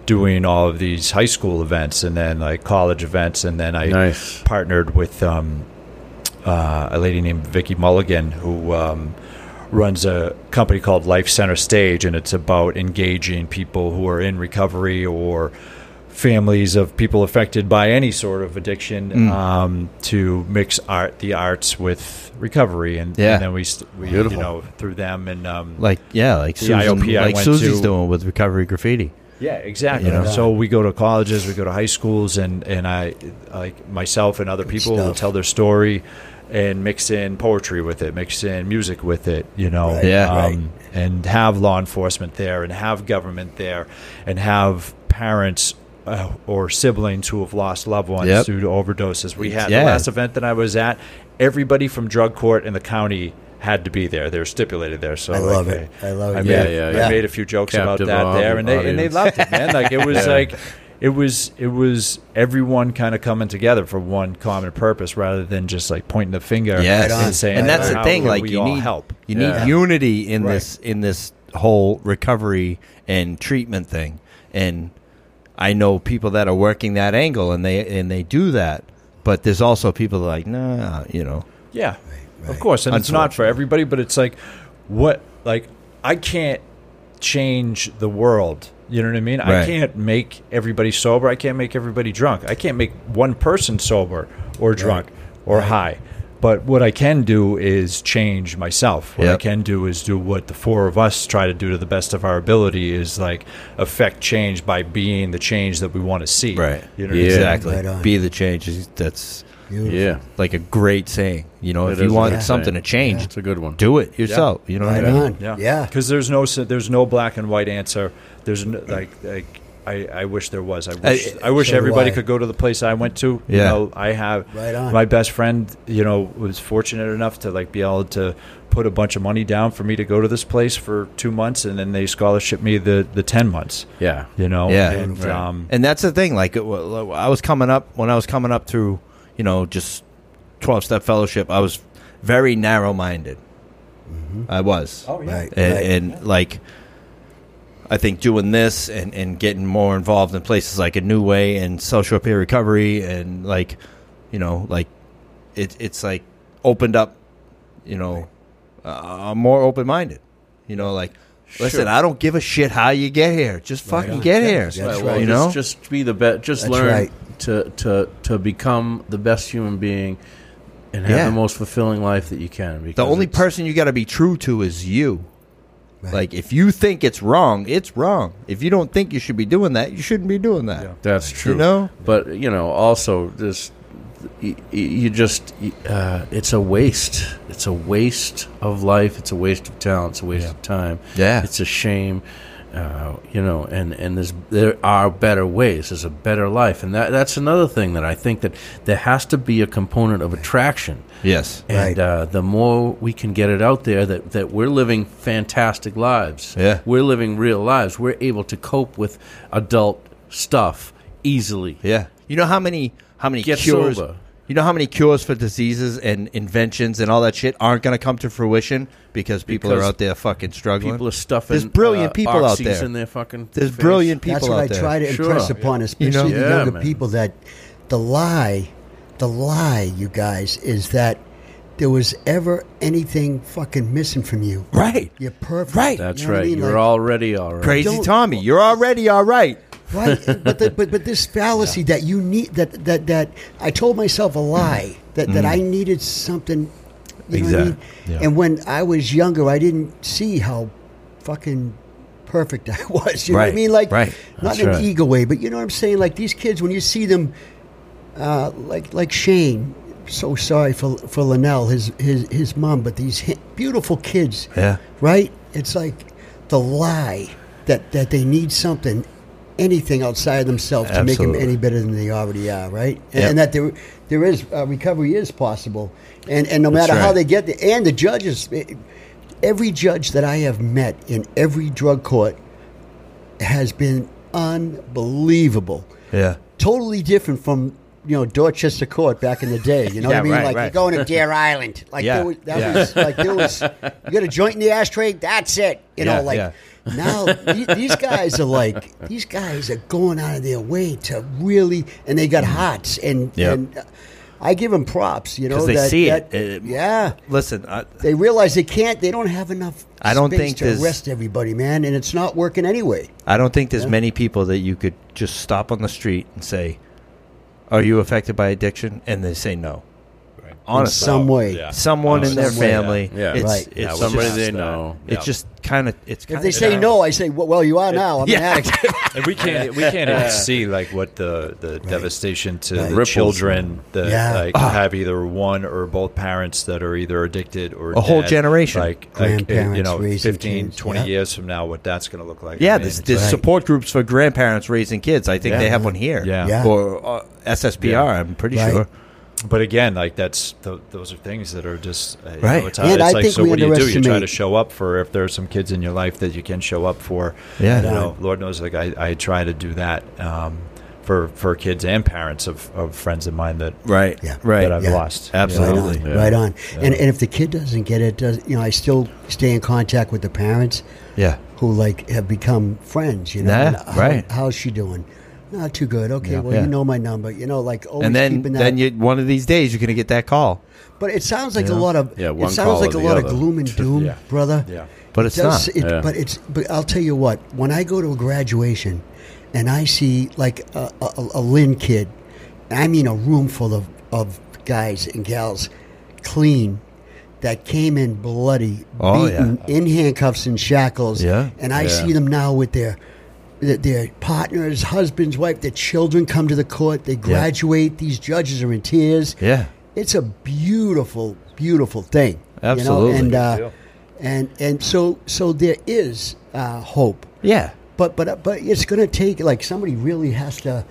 S4: doing all of these high school events and then like college events and then i
S1: Nice.
S4: partnered with um, uh, a lady named Vicky Mulligan who um, runs a company called Life Center Stage, and it's about engaging people who are in recovery or families of people affected by any sort of addiction
S1: Mm.
S4: um, to mix art, the arts, with recovery, and,
S2: Yeah.
S4: and then we, st- we you
S1: Beautiful.
S4: know through them and um,
S2: like yeah, like
S4: The
S2: Susan,
S4: IOP I
S2: like
S4: went
S2: Susie's
S4: to-
S2: doing with recovery graffiti.
S4: yeah, exactly.
S2: You know?
S4: So we go to colleges, we go to high schools, and and I like myself and other people will
S3: stuff.
S4: tell their story and mix in poetry with it, mix in music with it, you know, Um,
S3: Right,
S2: Yeah.
S3: right.
S4: and have law enforcement there, and have government there, and have parents. Uh, or siblings who have lost loved ones
S2: Yep.
S4: due to overdoses. We had
S2: Yeah.
S4: the last event that I was at. Everybody from drug court in the county had to be there. They were stipulated there. So
S3: I love
S4: like,
S3: it. I love it.
S4: made,
S1: Yeah, yeah,
S4: I
S1: yeah.
S4: made a few jokes
S1: Captive
S4: about that there, and they and they
S1: audience.
S4: loved it, man. Like it was like it was it was everyone kind of coming together for one common purpose rather than just like pointing the finger
S2: Yes.
S3: Right on,
S4: and saying
S2: and that's
S4: "How
S2: the thing.
S4: can
S2: Like
S4: we
S2: you
S4: all
S2: need
S4: help
S2: You
S1: Yeah.
S2: need unity in
S3: Right.
S2: this in this whole recovery and treatment thing. And I know people that are working that angle, and they and they do that. But there's also people that are like, nah, you know,
S4: Yeah, of course, and it's not for everybody, but it's like what like I can't change the world. You know what I mean? I
S2: Right.
S4: can't make everybody sober. I can't make everybody drunk. I can't make one person sober or drunk or high. But what I can do is change myself. What I
S2: Yep.
S4: can do is do what the four of us try to do to the best of our ability is like affect change by being the change that we want to see.
S2: right?
S4: You
S1: Yeah.
S4: know what I'm saying?
S2: Exactly.
S3: Right on.
S2: Be the change. That's
S3: Beautiful.
S1: Yeah,
S2: like a great saying. You know,
S1: It
S2: if
S1: is
S2: you
S1: a
S2: want
S1: good
S2: something
S1: saying.
S2: to change,
S1: it's a good one.
S2: do it yourself. You know, what I
S3: Right
S2: mean?
S3: on.
S4: Yeah,
S3: Yeah.
S4: Because there's no s- there's no black and white answer. There's no, like like I, I wish there was. I wish I, wish
S3: so do
S4: everybody
S3: I.
S4: could go to the place I went to. You
S2: Yeah.
S4: know, I have
S3: Right on.
S4: my best friend. You know, was fortunate enough to like be able to put a bunch of money down for me to go to this place for two months, and then they scholarship me the the ten months.
S1: Yeah,
S4: You know,
S2: Yeah.
S4: and
S1: Right.
S4: um,
S2: And that's the thing. Like, it wa- I was coming up when I was coming up through, you know, just twelve step fellowship. I was very narrow minded. I was,
S4: oh yeah,
S3: Right.
S2: and,
S3: right.
S2: and like, I think doing this and and getting more involved in places like a new way and social peer recovery and like, you know, like, it it's like opened up, you know, uh, I'm more open minded. You know, like, listen, I don't give a shit how you get here. Just fucking
S3: on.
S2: get
S3: Yeah,
S2: here.
S3: that's right.
S1: Uh, Well,
S2: You
S1: just,
S2: know,
S1: just be the best. Just
S3: That's
S1: learn
S3: right.
S1: to to to become the best human being and have
S2: Yeah.
S1: the most fulfilling life that you can. Because
S2: The only
S1: it's-
S2: person you got to be true to is you.
S3: Right.
S2: Like if you think it's wrong, it's wrong. If you don't think you should be doing that, you shouldn't be doing that.
S4: Yeah.
S1: That's true.
S2: know?
S1: but you know, also this, you, you just y- uh, it's a waste. It's a waste of life. It's a waste of talent. It's a waste of time.
S2: Yeah.
S1: it's a shame. Uh, you know, and and there's there are better ways. There's a better life, and that that's another thing that I think that there has to be a component of attraction.
S2: Yes.
S1: And
S3: Right.
S1: uh, the more we can get it out there that, that we're living fantastic lives.
S2: Yeah.
S1: We're living real lives. We're able to cope with adult stuff easily.
S2: Yeah. You know how many how many
S1: Get
S2: cures
S1: sober.
S2: You know how many cures for diseases and inventions and all that shit aren't going to come to fruition because people
S1: Because
S2: are out there fucking struggling.
S1: People are stuffing
S2: There's brilliant
S1: uh,
S2: people out
S1: oxys
S2: there.
S1: in their fucking
S2: There's
S1: face.
S2: brilliant people
S3: That's what
S2: out
S3: I
S2: there.
S3: try to
S1: Sure.
S3: impress upon,
S2: You know?
S3: especially the
S1: Yeah,
S3: younger
S1: man.
S3: people, that the lie the lie, you guys, is that there was ever anything fucking missing from you.
S2: Right.
S3: You're perfect.
S2: Right.
S1: That's
S3: You know what I
S1: right.
S3: mean?
S1: You're
S3: Like-
S1: already all right.
S2: Crazy
S3: Don't-
S2: Tommy, you're already all right.
S3: right? but, the, but but this fallacy that you need that that that I told myself a lie that that I needed something. You
S2: Mm.
S3: know
S2: Exact-
S3: what I mean?
S4: yeah.
S3: And when I was younger, I didn't see how fucking perfect I was. You know what
S2: Right,
S3: I mean? Like
S2: right.
S3: not
S1: That's
S3: in
S1: right.
S3: an ego way, but you know what I'm saying? Like these kids, when you see them, uh, like like Shane. So sorry for for Linnell, his his his mom, but these hi- beautiful kids
S2: Yeah.
S3: right? It's like the lie that that they need something, anything outside themselves to make
S2: Absolutely.
S3: them any better than they already are, right? And,
S2: Yep.
S3: and that there there is uh, recovery is possible, and and no
S2: That's
S3: matter how
S2: right.
S3: they get there, and the judges, eh, every judge that I have met in every drug court has been unbelievable
S2: Yeah.
S3: totally different from you know Dorchester Court back in the day. You know what
S2: Yeah,
S3: I mean?
S2: right,
S3: like
S2: right.
S3: you're going to Deer Island. Like
S2: Yeah,
S3: there was, that
S2: yeah.
S3: was like there was you got a joint in the ashtray. That's it. You
S2: Yeah,
S3: know, like
S2: yeah.
S3: now the- these guys are like these guys are going out of their way to really, and they
S2: Mm-hmm.
S3: got hearts and
S2: Yep.
S3: and. uh, I give them props, you know.
S2: 'Cause they
S3: that,
S2: see it.
S3: that-
S2: It-
S3: Yeah,
S2: Listen, I,
S3: they realize they can't. They don't have enough.
S2: I don't
S3: space
S2: think
S3: to
S2: there's-
S3: arrest everybody, man, and it's not working anyway.
S2: I don't think there's many people that you could just stop on the street and say, "Are you affected by addiction?" and they say no. Honestly, Oh,
S3: In some way,
S4: yeah.
S2: someone in their
S3: Some way.
S2: family.
S1: Yeah.
S2: It's,
S3: Right.
S2: it's
S1: Yeah,
S2: just-
S1: somebody they know.
S2: It's just kind of. It's
S3: if
S2: kinda
S3: they say
S2: dumb.
S3: no, I say, well, well, you are now. I'm an addict.
S4: And we can't we can't even see like what the, the devastation to the
S1: Ripples.
S4: children that
S3: Yeah. Ah.
S4: like have either one or both parents that are either addicted or
S2: A whole
S4: dead.
S2: generation.
S4: like, like
S3: Grandparents
S4: you know
S3: raising
S4: 15
S3: kids,
S4: 20
S3: yeah.
S4: years from now what that's going to look like
S2: Yeah,
S4: I mean,
S2: there's,
S4: it's
S2: there's
S4: like-
S2: support groups for grandparents raising kids. I think
S4: Yeah.
S2: they have one here.
S4: Yeah.
S3: Yeah.
S2: Or uh, SSPR, I'm pretty
S3: Right.
S2: sure.
S4: but again like that's th- those are things that are just uh, you know,
S2: Right.
S4: it's, hard.
S3: And
S4: it's
S3: I
S4: like
S3: think
S4: so
S3: we
S4: what do you do you try
S3: underestimate-
S4: to show up for if there are some kids in your life that you can show up for
S2: Yeah.
S4: you know lord knows like i, I try to do that um, for for kids and parents of, of friends of mine that
S2: Right.
S3: Yeah. uh,
S2: Right.
S4: that I've
S3: Yeah.
S4: lost.
S2: Absolutely.
S3: Right on.
S4: Yeah.
S3: Right on. And, and if the kid doesn't get it, does you know, I still stay in contact with the parents
S2: Yeah.
S3: who like have become friends, you know.
S2: Yeah,
S3: and how-
S2: right.
S3: How's she doing? Not too good. Okay, well,
S2: Yeah.
S3: you know my number. You know, like always
S2: And then,
S3: keeping that.
S2: then you, one of these days you're going to get that call.
S3: but it sounds like a lot of
S1: Yeah,
S3: it
S1: one
S3: sounds
S1: call
S3: like
S1: or
S3: a
S1: the
S3: lot of
S1: other.
S3: gloom and doom,
S4: Yeah.
S3: brother.
S4: Yeah.
S2: But it's
S3: It does-
S2: not.
S3: it-
S1: Yeah.
S3: But it's. But I'll tell you what. When I go to a graduation, and I see like a, a, a Lynn kid, I mean a room full of of guys and gals, clean, that came in bloody,
S2: Oh,
S3: beaten, in handcuffs and shackles.
S2: Yeah.
S3: And I
S1: Yeah.
S3: see them now with their. Their their partners, husbands, wife, their children come to the court. They graduate. These judges are in tears
S2: Yeah.
S3: it's a beautiful, beautiful thing.
S2: Absolutely.
S3: You know? And uh,
S4: deal.
S3: and and so so there is uh, hope,
S2: Yeah.
S3: but but but it's going to take like somebody really has to,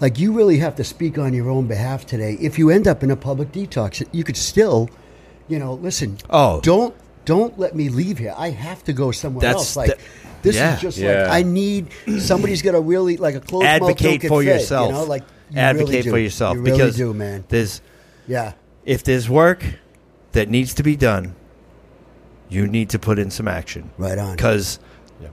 S3: like you really have to speak on your own behalf today. If you end up in a public detox, you could still, you know, listen.
S2: Oh.
S3: don't don't let me leave here. I have to go somewhere
S2: That's
S3: else. Like.
S2: the-
S3: this
S2: yeah.
S3: is just
S1: Yeah.
S3: like I need somebody's got to really like a close
S2: Advocate for yourself.
S3: You know, like you really
S2: Advocate
S3: do.
S2: for yourself
S3: You really
S2: because
S3: do, man.
S2: there's
S3: Yeah,
S2: if there's work that needs to be done, you need to put in some action.
S3: right on.
S2: Because,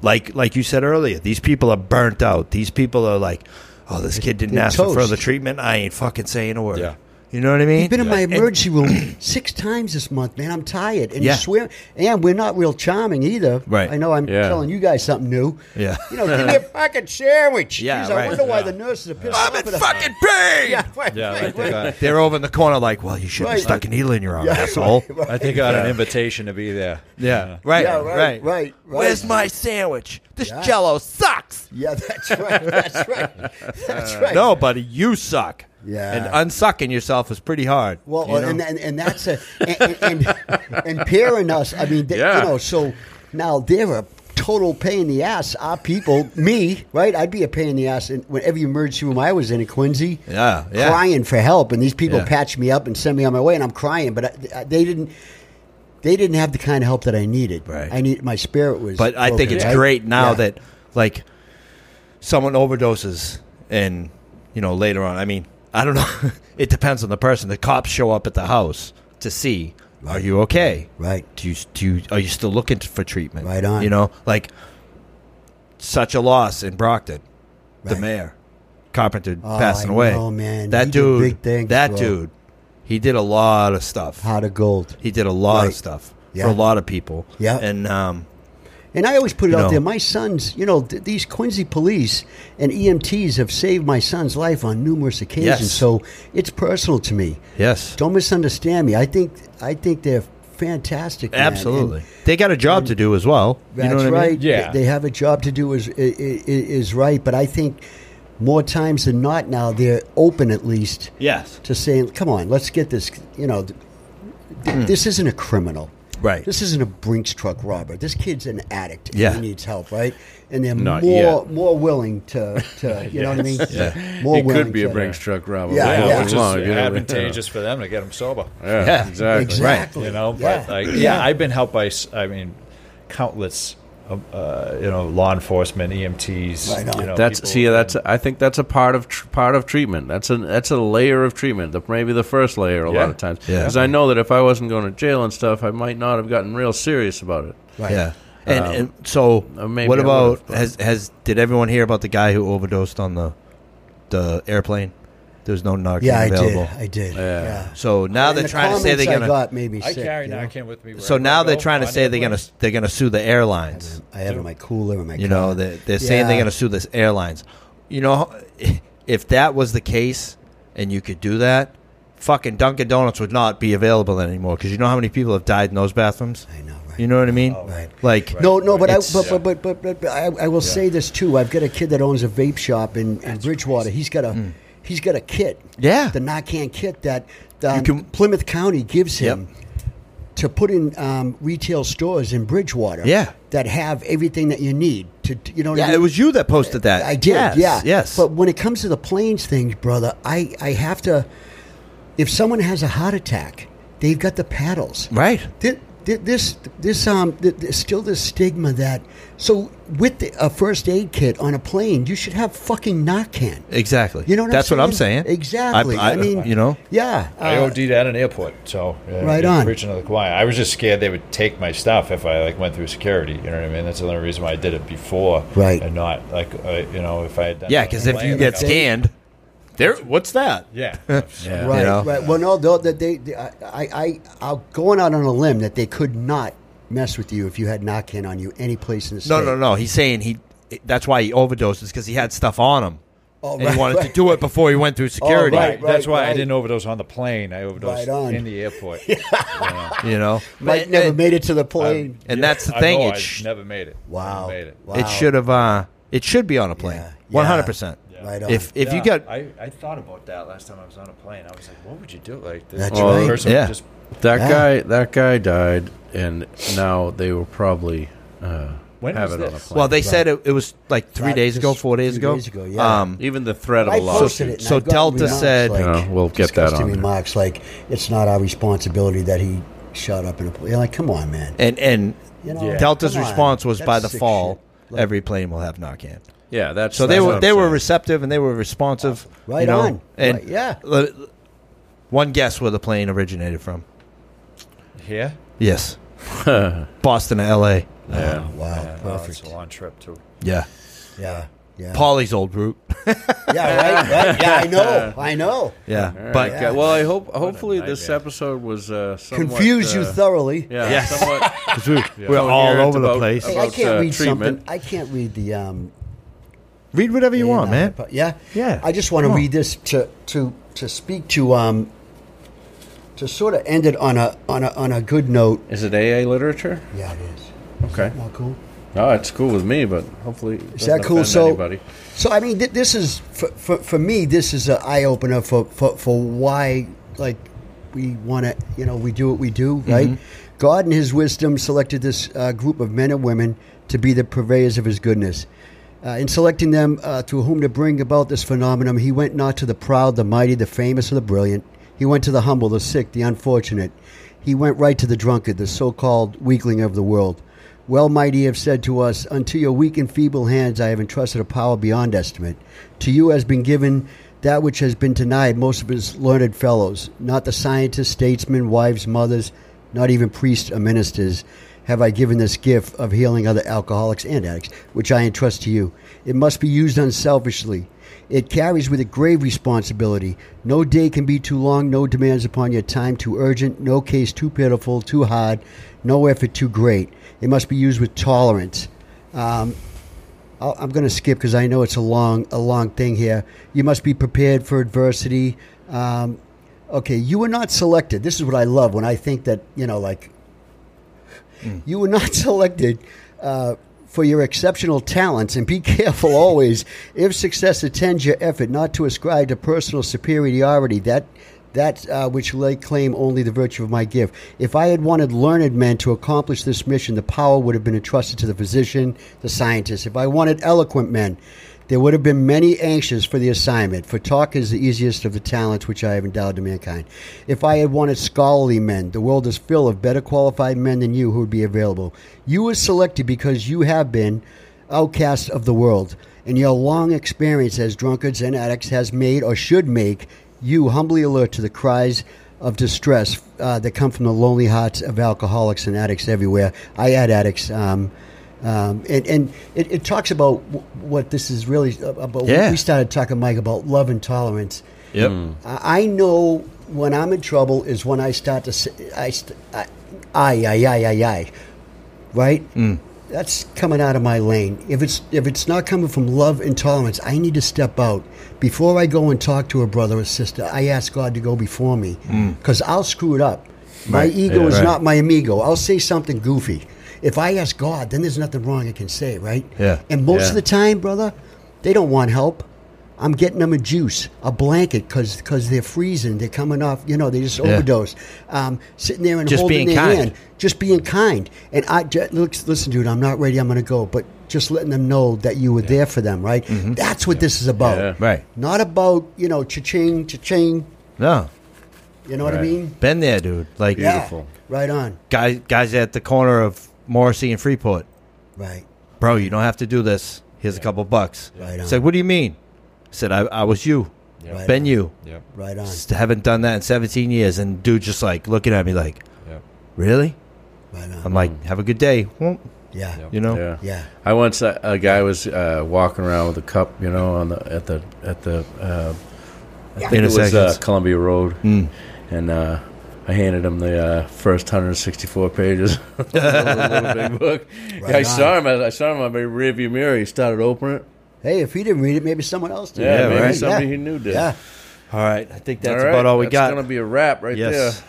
S2: like like you said earlier, these people are burnt out. These people are like, oh, this kid didn't
S3: They're
S2: ask for
S3: toast.
S2: further treatment. I ain't fucking saying a word.
S4: Yeah.
S2: You know what I mean?
S3: You've been in my
S2: And-
S3: emergency room six times this month, man. I'm tired. And
S2: Yeah.
S3: you swear, and we're not real charming either.
S2: Right.
S3: I know I'm
S1: Yeah.
S3: telling you guys something new.
S2: Yeah.
S3: You know, give me a fucking sandwich.
S2: Yeah,
S3: Jeez,
S2: right.
S3: I wonder why the nurses are pissed
S2: I'm
S3: off
S2: in
S3: at us.
S2: fucking pain.
S3: Yeah, right,
S4: Yeah,
S3: right,
S4: like they
S3: right.
S4: got,
S2: They're over in the corner, like, well, you should have
S3: Right.
S2: stuck a needle in your arm,
S3: Yeah,
S2: asshole.
S3: right,
S4: I think I got an invitation to be there.
S2: Yeah. Right.
S3: Yeah,
S2: right.
S3: right, right, right.
S2: Where's my sandwich? This
S3: Yeah.
S2: Jello sucks.
S3: Yeah, that's right. That's right. That's right.
S2: No, buddy, you suck.
S3: Yeah.
S2: And unsucking yourself is pretty hard.
S3: Well, uh,
S2: you know?
S3: and, and and that's a and and, and pairing us. I mean, th-
S1: Yeah.
S3: you know, so now they're a total pain in the ass. Our people, me, right? I'd be a pain in the ass in when every emergency room I was in in Quincy.
S2: Yeah, yeah.
S3: crying for help, and these people
S2: Yeah.
S3: patch me up and send me on my way, and I'm crying, but I, I- they didn't. They didn't have the kind of help that I needed.
S2: Right.
S3: I need my spirit was.
S2: But I think
S3: broken,
S2: it's
S3: right?
S2: great now
S3: Yeah.
S2: that like someone overdoses and you know later on. I mean, I don't know. it depends on the person. The cops show up at the house to see are you okay?
S3: Right.
S2: Do you do you, are you still looking for treatment?
S3: Right on.
S2: You know, like such a loss in Brockton. The
S3: Right.
S2: mayor Carpenter
S3: Oh,
S2: passing
S3: I
S2: away.
S3: know, man.
S2: That
S3: He did
S2: dude,
S3: big things,
S2: that
S3: bro.
S2: dude, he did a lot of stuff.
S3: Heart of gold.
S2: He did a lot
S3: Right.
S2: of stuff
S3: Yeah.
S2: for a lot of people.
S3: Yeah.
S2: and um,
S3: And I always put it
S2: You
S3: out
S2: know.
S3: there. My sons, you know, th- these Quincy police and EMTs have saved my son's life on numerous occasions.
S2: Yes.
S3: So it's personal to me.
S2: yes,
S3: Don't misunderstand me. I think I think they're fantastic. man. And
S2: absolutely. they got a job to do as well. you
S3: That's
S2: know what
S3: right.
S2: I mean?
S4: Yeah.
S3: They, they have a job to do. Is, is is right. But I think more times than not now they're open at least
S2: Yes,
S3: to saying, "Come on, let's get this." You know, th- th- this isn't a criminal.
S2: Hmm. right.
S3: This isn't a Brinks truck robber. This kid's an addict. and
S2: Yeah.
S3: he needs help, right? And they're
S1: Not
S3: more
S1: yet.
S3: more willing to, to you know what I mean?
S1: Yeah.
S3: More
S1: he
S3: willing
S1: could be a
S3: to-
S1: Brinks truck robber.
S3: Yeah,
S1: all
S4: yeah,
S3: yeah.
S1: day
S4: which
S1: long,
S4: is
S1: you know?
S4: advantageous for them to get them sober.
S1: Yeah,
S2: Yeah.
S1: exactly.
S3: Exactly.
S4: You know,
S3: yeah.
S4: but like, yeah, I've been helped by, s- I mean, countless, um, uh, you know, law enforcement, EMTs.
S3: Right on.
S4: you know,
S1: That's
S4: people-
S1: see, that's I think that's a part of tr- part of treatment. That's a that's a layer of treatment. The, maybe the first layer a
S4: Yeah.
S1: lot of times.
S2: Yeah.
S1: Because I know that if I wasn't going to jail and stuff, I might not have gotten real serious about it.
S3: Right.
S2: Yeah. And,
S3: Um,
S2: and so,
S1: uh, maybe
S2: what
S1: I would've,
S2: about
S1: but-
S2: has has did everyone hear about the guy who overdosed on the the airplane? There was no Narcan
S3: Yeah, I did.
S2: available.
S3: I did. Yeah.
S2: So now
S3: And
S2: they're
S3: the
S2: trying to say they're
S3: comments I
S2: gonna.
S3: got made me
S4: I
S3: sick,
S4: carry
S3: you know?
S4: Narcan with me.
S2: so
S4: wherever
S2: now
S4: I
S2: they're
S4: go,
S2: trying to
S4: on
S2: say they're gonna
S4: airplanes.
S2: they're gonna sue the airlines.
S3: I have it in my cooler in my
S2: You
S3: car.
S2: know, they're, they're saying they're
S3: Yeah.
S2: going to sue this airlines. You know, if that was the case and you could do that, fucking Dunkin' Donuts would not be available anymore because you know how many people have died in those bathrooms?
S3: I know, right?
S2: You know what I mean?
S4: Oh,
S3: Right.
S2: Like,
S3: No, no, but I,
S2: It's-
S3: but, but, but, but, but, but I, I will say this too. I've got a kid that owns a vape shop in, in Bridgewater. He's got a he's got a kit.
S2: Hmm. Yeah.
S3: the Narcan kit that um,
S2: can-
S3: Plymouth County gives
S2: Yep.
S3: him to put in um, retail stores in Bridgewater.
S2: Yeah.
S3: that have everything that you need to you know. what I
S2: yeah,
S3: mean?
S2: it was you that posted that.
S3: I did.
S2: Yes,
S3: yeah.
S2: Yes.
S3: But when it comes to the planes thing, brother, I I have to. If someone has a heart attack, they've got the paddles.
S2: right.
S3: Thi- thi- this this um th- there's still this stigma that so with the, a first aid kit on a plane you should have fucking Narcan.
S2: Exactly.
S3: You know what
S2: That's
S3: I'm
S2: what I'm
S3: saying?
S2: saying.
S3: Exactly. I mean-
S2: you know,
S3: Yeah,
S4: I
S3: uh,
S4: OD'd at an airport, so uh,
S3: Right
S4: you're
S3: on.
S4: Preaching to the choir. I was just scared they would take my stuff if I like went through security. You know what I mean? That's the only reason why I did it before,
S3: Right.
S4: And not like uh, you know if I had done
S2: yeah,
S4: it on
S2: because
S4: the
S2: if
S4: plane,
S2: you
S4: like,
S2: get
S4: I-
S2: scanned, there. What's that?
S4: yeah,
S1: Yeah.
S3: right,
S2: you know?
S3: right. Well, no, though that they, they I, I, I, am going out on a limb that they could not mess with you if you had Narcan on you any place in the
S2: No,
S3: state.
S2: no, no. He's saying he. That's why he overdosed is because he had stuff on him.
S3: Oh,
S2: and
S3: right,
S2: he wanted
S3: right. Oh,
S2: to do it before he went through security.
S3: right,
S4: That's why I
S3: right.
S4: didn't overdose on the plane. I overdosed
S3: Right on.
S4: in the airport.
S2: You know,
S3: Mike
S2: But-
S3: never
S2: and, Um,
S3: made it to the plane.
S2: and
S4: Yeah,
S2: that's the
S4: I
S2: thing.
S4: know
S2: It,
S4: I
S2: sh-
S4: never made it.
S3: wow,
S4: Never made it.
S3: wow.
S2: it should have. Uh, it should be on a plane.
S3: Yeah, yeah.
S2: One hundred percent.
S3: Right on.
S2: If if you
S4: Yeah,
S2: got
S4: I, I thought about that last time I was on a plane. I was like, what would you do? Like this
S3: That's right.
S4: person
S2: Yeah.
S4: just
S1: That
S3: Yeah.
S1: guy, that guy died, and now they will probably uh,
S4: When
S1: have
S4: was
S1: it on a
S4: this?
S1: plane.
S2: well, they said it, it was like three
S3: Right,
S2: days ago,
S3: just
S2: four days
S3: few
S2: ago.
S3: days ago, yeah.
S2: Um,
S1: even the threat of
S3: I
S1: a
S3: posted it
S1: lawsuit.
S3: and
S2: So
S3: I got
S2: Delta
S3: remarks
S2: said-
S3: like,
S1: Yeah, we'll get that
S3: disgusting
S1: on there.
S3: remarks like it's not our responsibility that he shot up in a plane. Like, come on, man.
S2: and and
S3: You know,
S4: Yeah.
S2: Delta's
S3: come on.
S2: response was
S3: That's
S2: by the
S3: sick
S2: fall,
S3: shit. Like,
S2: every plane will have Narcan.
S1: Yeah, that's
S2: So they
S1: that's what
S2: were
S1: I'm
S2: they were
S1: saying.
S2: receptive and they were responsive.
S3: Right
S2: you know?
S3: on.
S2: And
S3: Right, yeah.
S2: l- l- one guess where the plane originated from?
S4: here.
S2: Yes, Boston to L.A.
S1: yeah.
S3: wow,
S4: Yeah, no, Oh, it's
S3: perfect.
S4: a long trip too.
S2: Yeah,
S3: yeah, yeah,
S2: Paulie's old route.
S3: yeah, right, right. Yeah, I know, I know.
S2: yeah,
S1: All right,
S2: but
S1: guy- well, I hope hopefully this
S4: nightmare.
S1: episode was uh, somewhat,
S3: Confuse you
S1: uh,
S3: thoroughly.
S1: Yeah,
S2: Yes.
S1: somewhat.
S2: we, are all
S1: coherent
S2: over the
S1: about-
S2: place.
S3: Hey, I
S1: about,
S3: can't
S1: uh,
S3: read
S1: treatment.
S3: something. I can't read the um,
S2: Read whatever you want,
S3: Yeah,
S2: man.
S3: but- Yeah,
S2: Yeah.
S3: I just want to
S2: Come on.
S3: read this to to to speak to um to sort of end it on a on a on a good note.
S1: Is it AA literature?
S3: Yeah, it is.
S1: Okay.
S3: Not cool.
S1: Oh, it's cool with me, but hopefully it
S3: Is
S1: doesn't
S3: that cool?
S1: offend
S3: So,
S1: anybody.
S3: so I mean, th- this is for, for for me. This is an eye opener for, for for why like we want to you know we do what we do right. God in His wisdom selected this uh, group of men and women to be the purveyors of His goodness. Uh, in selecting them uh, through whom to bring about this phenomenon, He went not to the proud, the mighty, the famous, or the brilliant. He went to the humble, the sick, the unfortunate. He went right to the drunkard, the so-called weakling of the world. Well might he have said to us, Unto your weak and feeble hands I have entrusted a power beyond estimate. To you has been given that which has been denied most of his learned fellows, not the scientists, statesmen, wives, mothers, not even priests or ministers. have I given this gift of healing other alcoholics and addicts, which I entrust to you. It must be used unselfishly. It carries with it grave responsibility. No day can be too long, no demands upon your time too urgent, no case too pitiful, too hard, no effort too great. It must be used with tolerance. Um, I'll, I'm going to skip because I know it's a long, a long thing here. You must be prepared for adversity. Um, okay, you were not selected. This is what I love when I think that you know, like, you were not selected uh, for your exceptional talents. And be careful always if success attends your effort, not to ascribe to personal superiority. That that uh, which lay claim only the virtue of my gift. If I had wanted learned men to accomplish this mission, the power would have been entrusted to the physician, the scientist. If I wanted eloquent men, there would have been many anxious for the assignment, for talk is the easiest of the talents which I have endowed to mankind. If I had wanted scholarly men, the world is full of better qualified men than you who would be available. You were selected because you have been outcast of the world, and your long experience as drunkards and addicts has made or should make you humbly alert to the cries of distress uh, that come from the lonely hearts of alcoholics and addicts everywhere. I add addicts. Um, um, and and it, it talks about w- what this is really about.
S2: Yeah.
S3: We started talking, Mike, about love and tolerance.
S2: Yep.
S1: Hmm.
S3: I I know when I'm in trouble is when I start to say, I, st- I, I, I, I, I, I, right? Mm. That's coming out of my lane. If it's if it's not coming from love and tolerance, I need to step out before I go and talk to a brother or sister. I ask God to go before me because I'll screw it up. My ego
S2: Yeah,
S3: is
S2: Mm. right.
S3: not my amigo. I'll say something goofy. If I ask God, then there's nothing wrong I can say, right?
S2: Yeah.
S3: And most
S1: Yeah.
S3: of the time, brother, they don't want help. I'm getting them a juice, a blanket, because they're freezing. They're coming off, you know, they just overdose. Um, sitting there and
S2: Just
S3: holding
S2: being
S3: their
S2: kind.
S3: hand, just being kind. And I ju- look, listen, dude, I'm not ready. I'm going to go, but just letting them know that you were there for them, right? That's what this is about,
S1: Yeah.
S2: Right.
S3: Not about you know, cha-ching, cha-ching.
S2: No.
S3: You know what I
S1: Right.
S3: mean?
S2: Been there, dude. Like
S3: Yeah.
S1: Beautiful.
S3: Right on.
S2: guys, guys at the corner of Morrissey and Freeport.
S3: Right.
S2: Bro, you don't have to do this. Here's a couple bucks.
S3: Right
S2: It's
S3: on.
S2: like, what do you mean? I said, I, I was you.
S3: Right
S2: Been
S3: on.
S2: you.
S4: Yep.
S3: Right on.
S2: Just haven't done that in 17 years. And dude just like looking at me like,
S4: Yep.
S2: really?
S3: Right on.
S2: I'm like, have a good day. Well,
S3: yeah.
S4: Yep.
S2: You know?
S1: Hmm. Yeah.
S3: Yeah.
S1: I once a, a guy was uh, walking around with a cup, you know, on the at the at the uh, I think it was uh,
S2: Intersections.
S1: Columbia Road,
S2: Mm.
S1: and uh, I handed him the uh, first 164 pages of the little big book.
S3: Right
S1: I
S3: on.
S1: saw him. I, I saw him on my rearview mirror. He started opening it.
S3: Hey, if he didn't read it, maybe someone else did.
S1: Yeah,
S2: Yeah,
S1: maybe
S2: right.
S1: somebody
S3: Yeah.
S1: he knew did.
S3: Yeah.
S2: All right. I think that's
S1: uh, right,
S2: about all we
S1: that's
S2: got.
S1: going to be a wrap right
S2: Yes.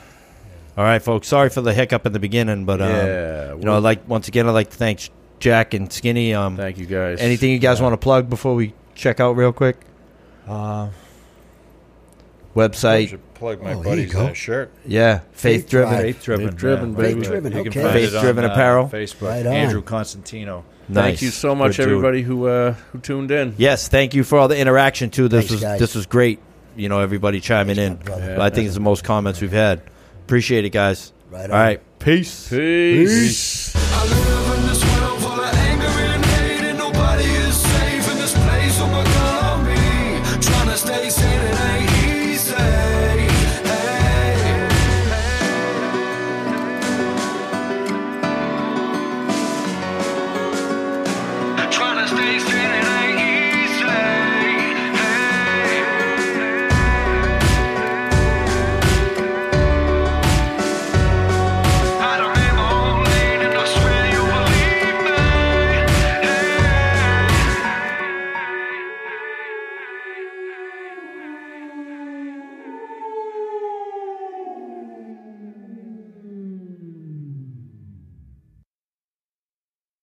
S2: All right, folks. Sorry for the hiccup in the beginning, but um,
S1: Yeah,
S2: you know,
S1: we-
S2: I'd like once again, I'd like to thank Jack and Skinny. Um,
S1: there. Thank you guys.
S2: anything you guys want to plug before we check out real quick?
S4: Uh,
S2: Website,
S5: should plug my
S3: Oh, here you
S5: buddies
S3: go.
S5: in a shirt.
S2: yeah, faith
S3: Faith
S2: driven.
S3: Drive.
S4: faith driven.
S1: Driven,
S4: yeah.
S1: baby.
S4: Faith
S3: Driven,
S4: You can
S3: okay.
S4: find it
S2: Faith Driven
S4: on, uh,
S2: Apparel.
S4: Facebook.
S3: Right on.
S4: Andrew Constantino.
S2: Nice.
S1: Thank you so much,
S4: Good dude.
S1: everybody who uh, who tuned in.
S2: Yes, thank you for all the interaction too. This
S3: Thanks,
S2: was
S3: guys.
S2: this was great. You know, everybody chiming in.
S3: brother.
S2: I think it's the most comments we've had. Appreciate it, guys.
S3: Right
S2: all
S3: on.
S2: right, peace.
S1: Peace.
S6: I live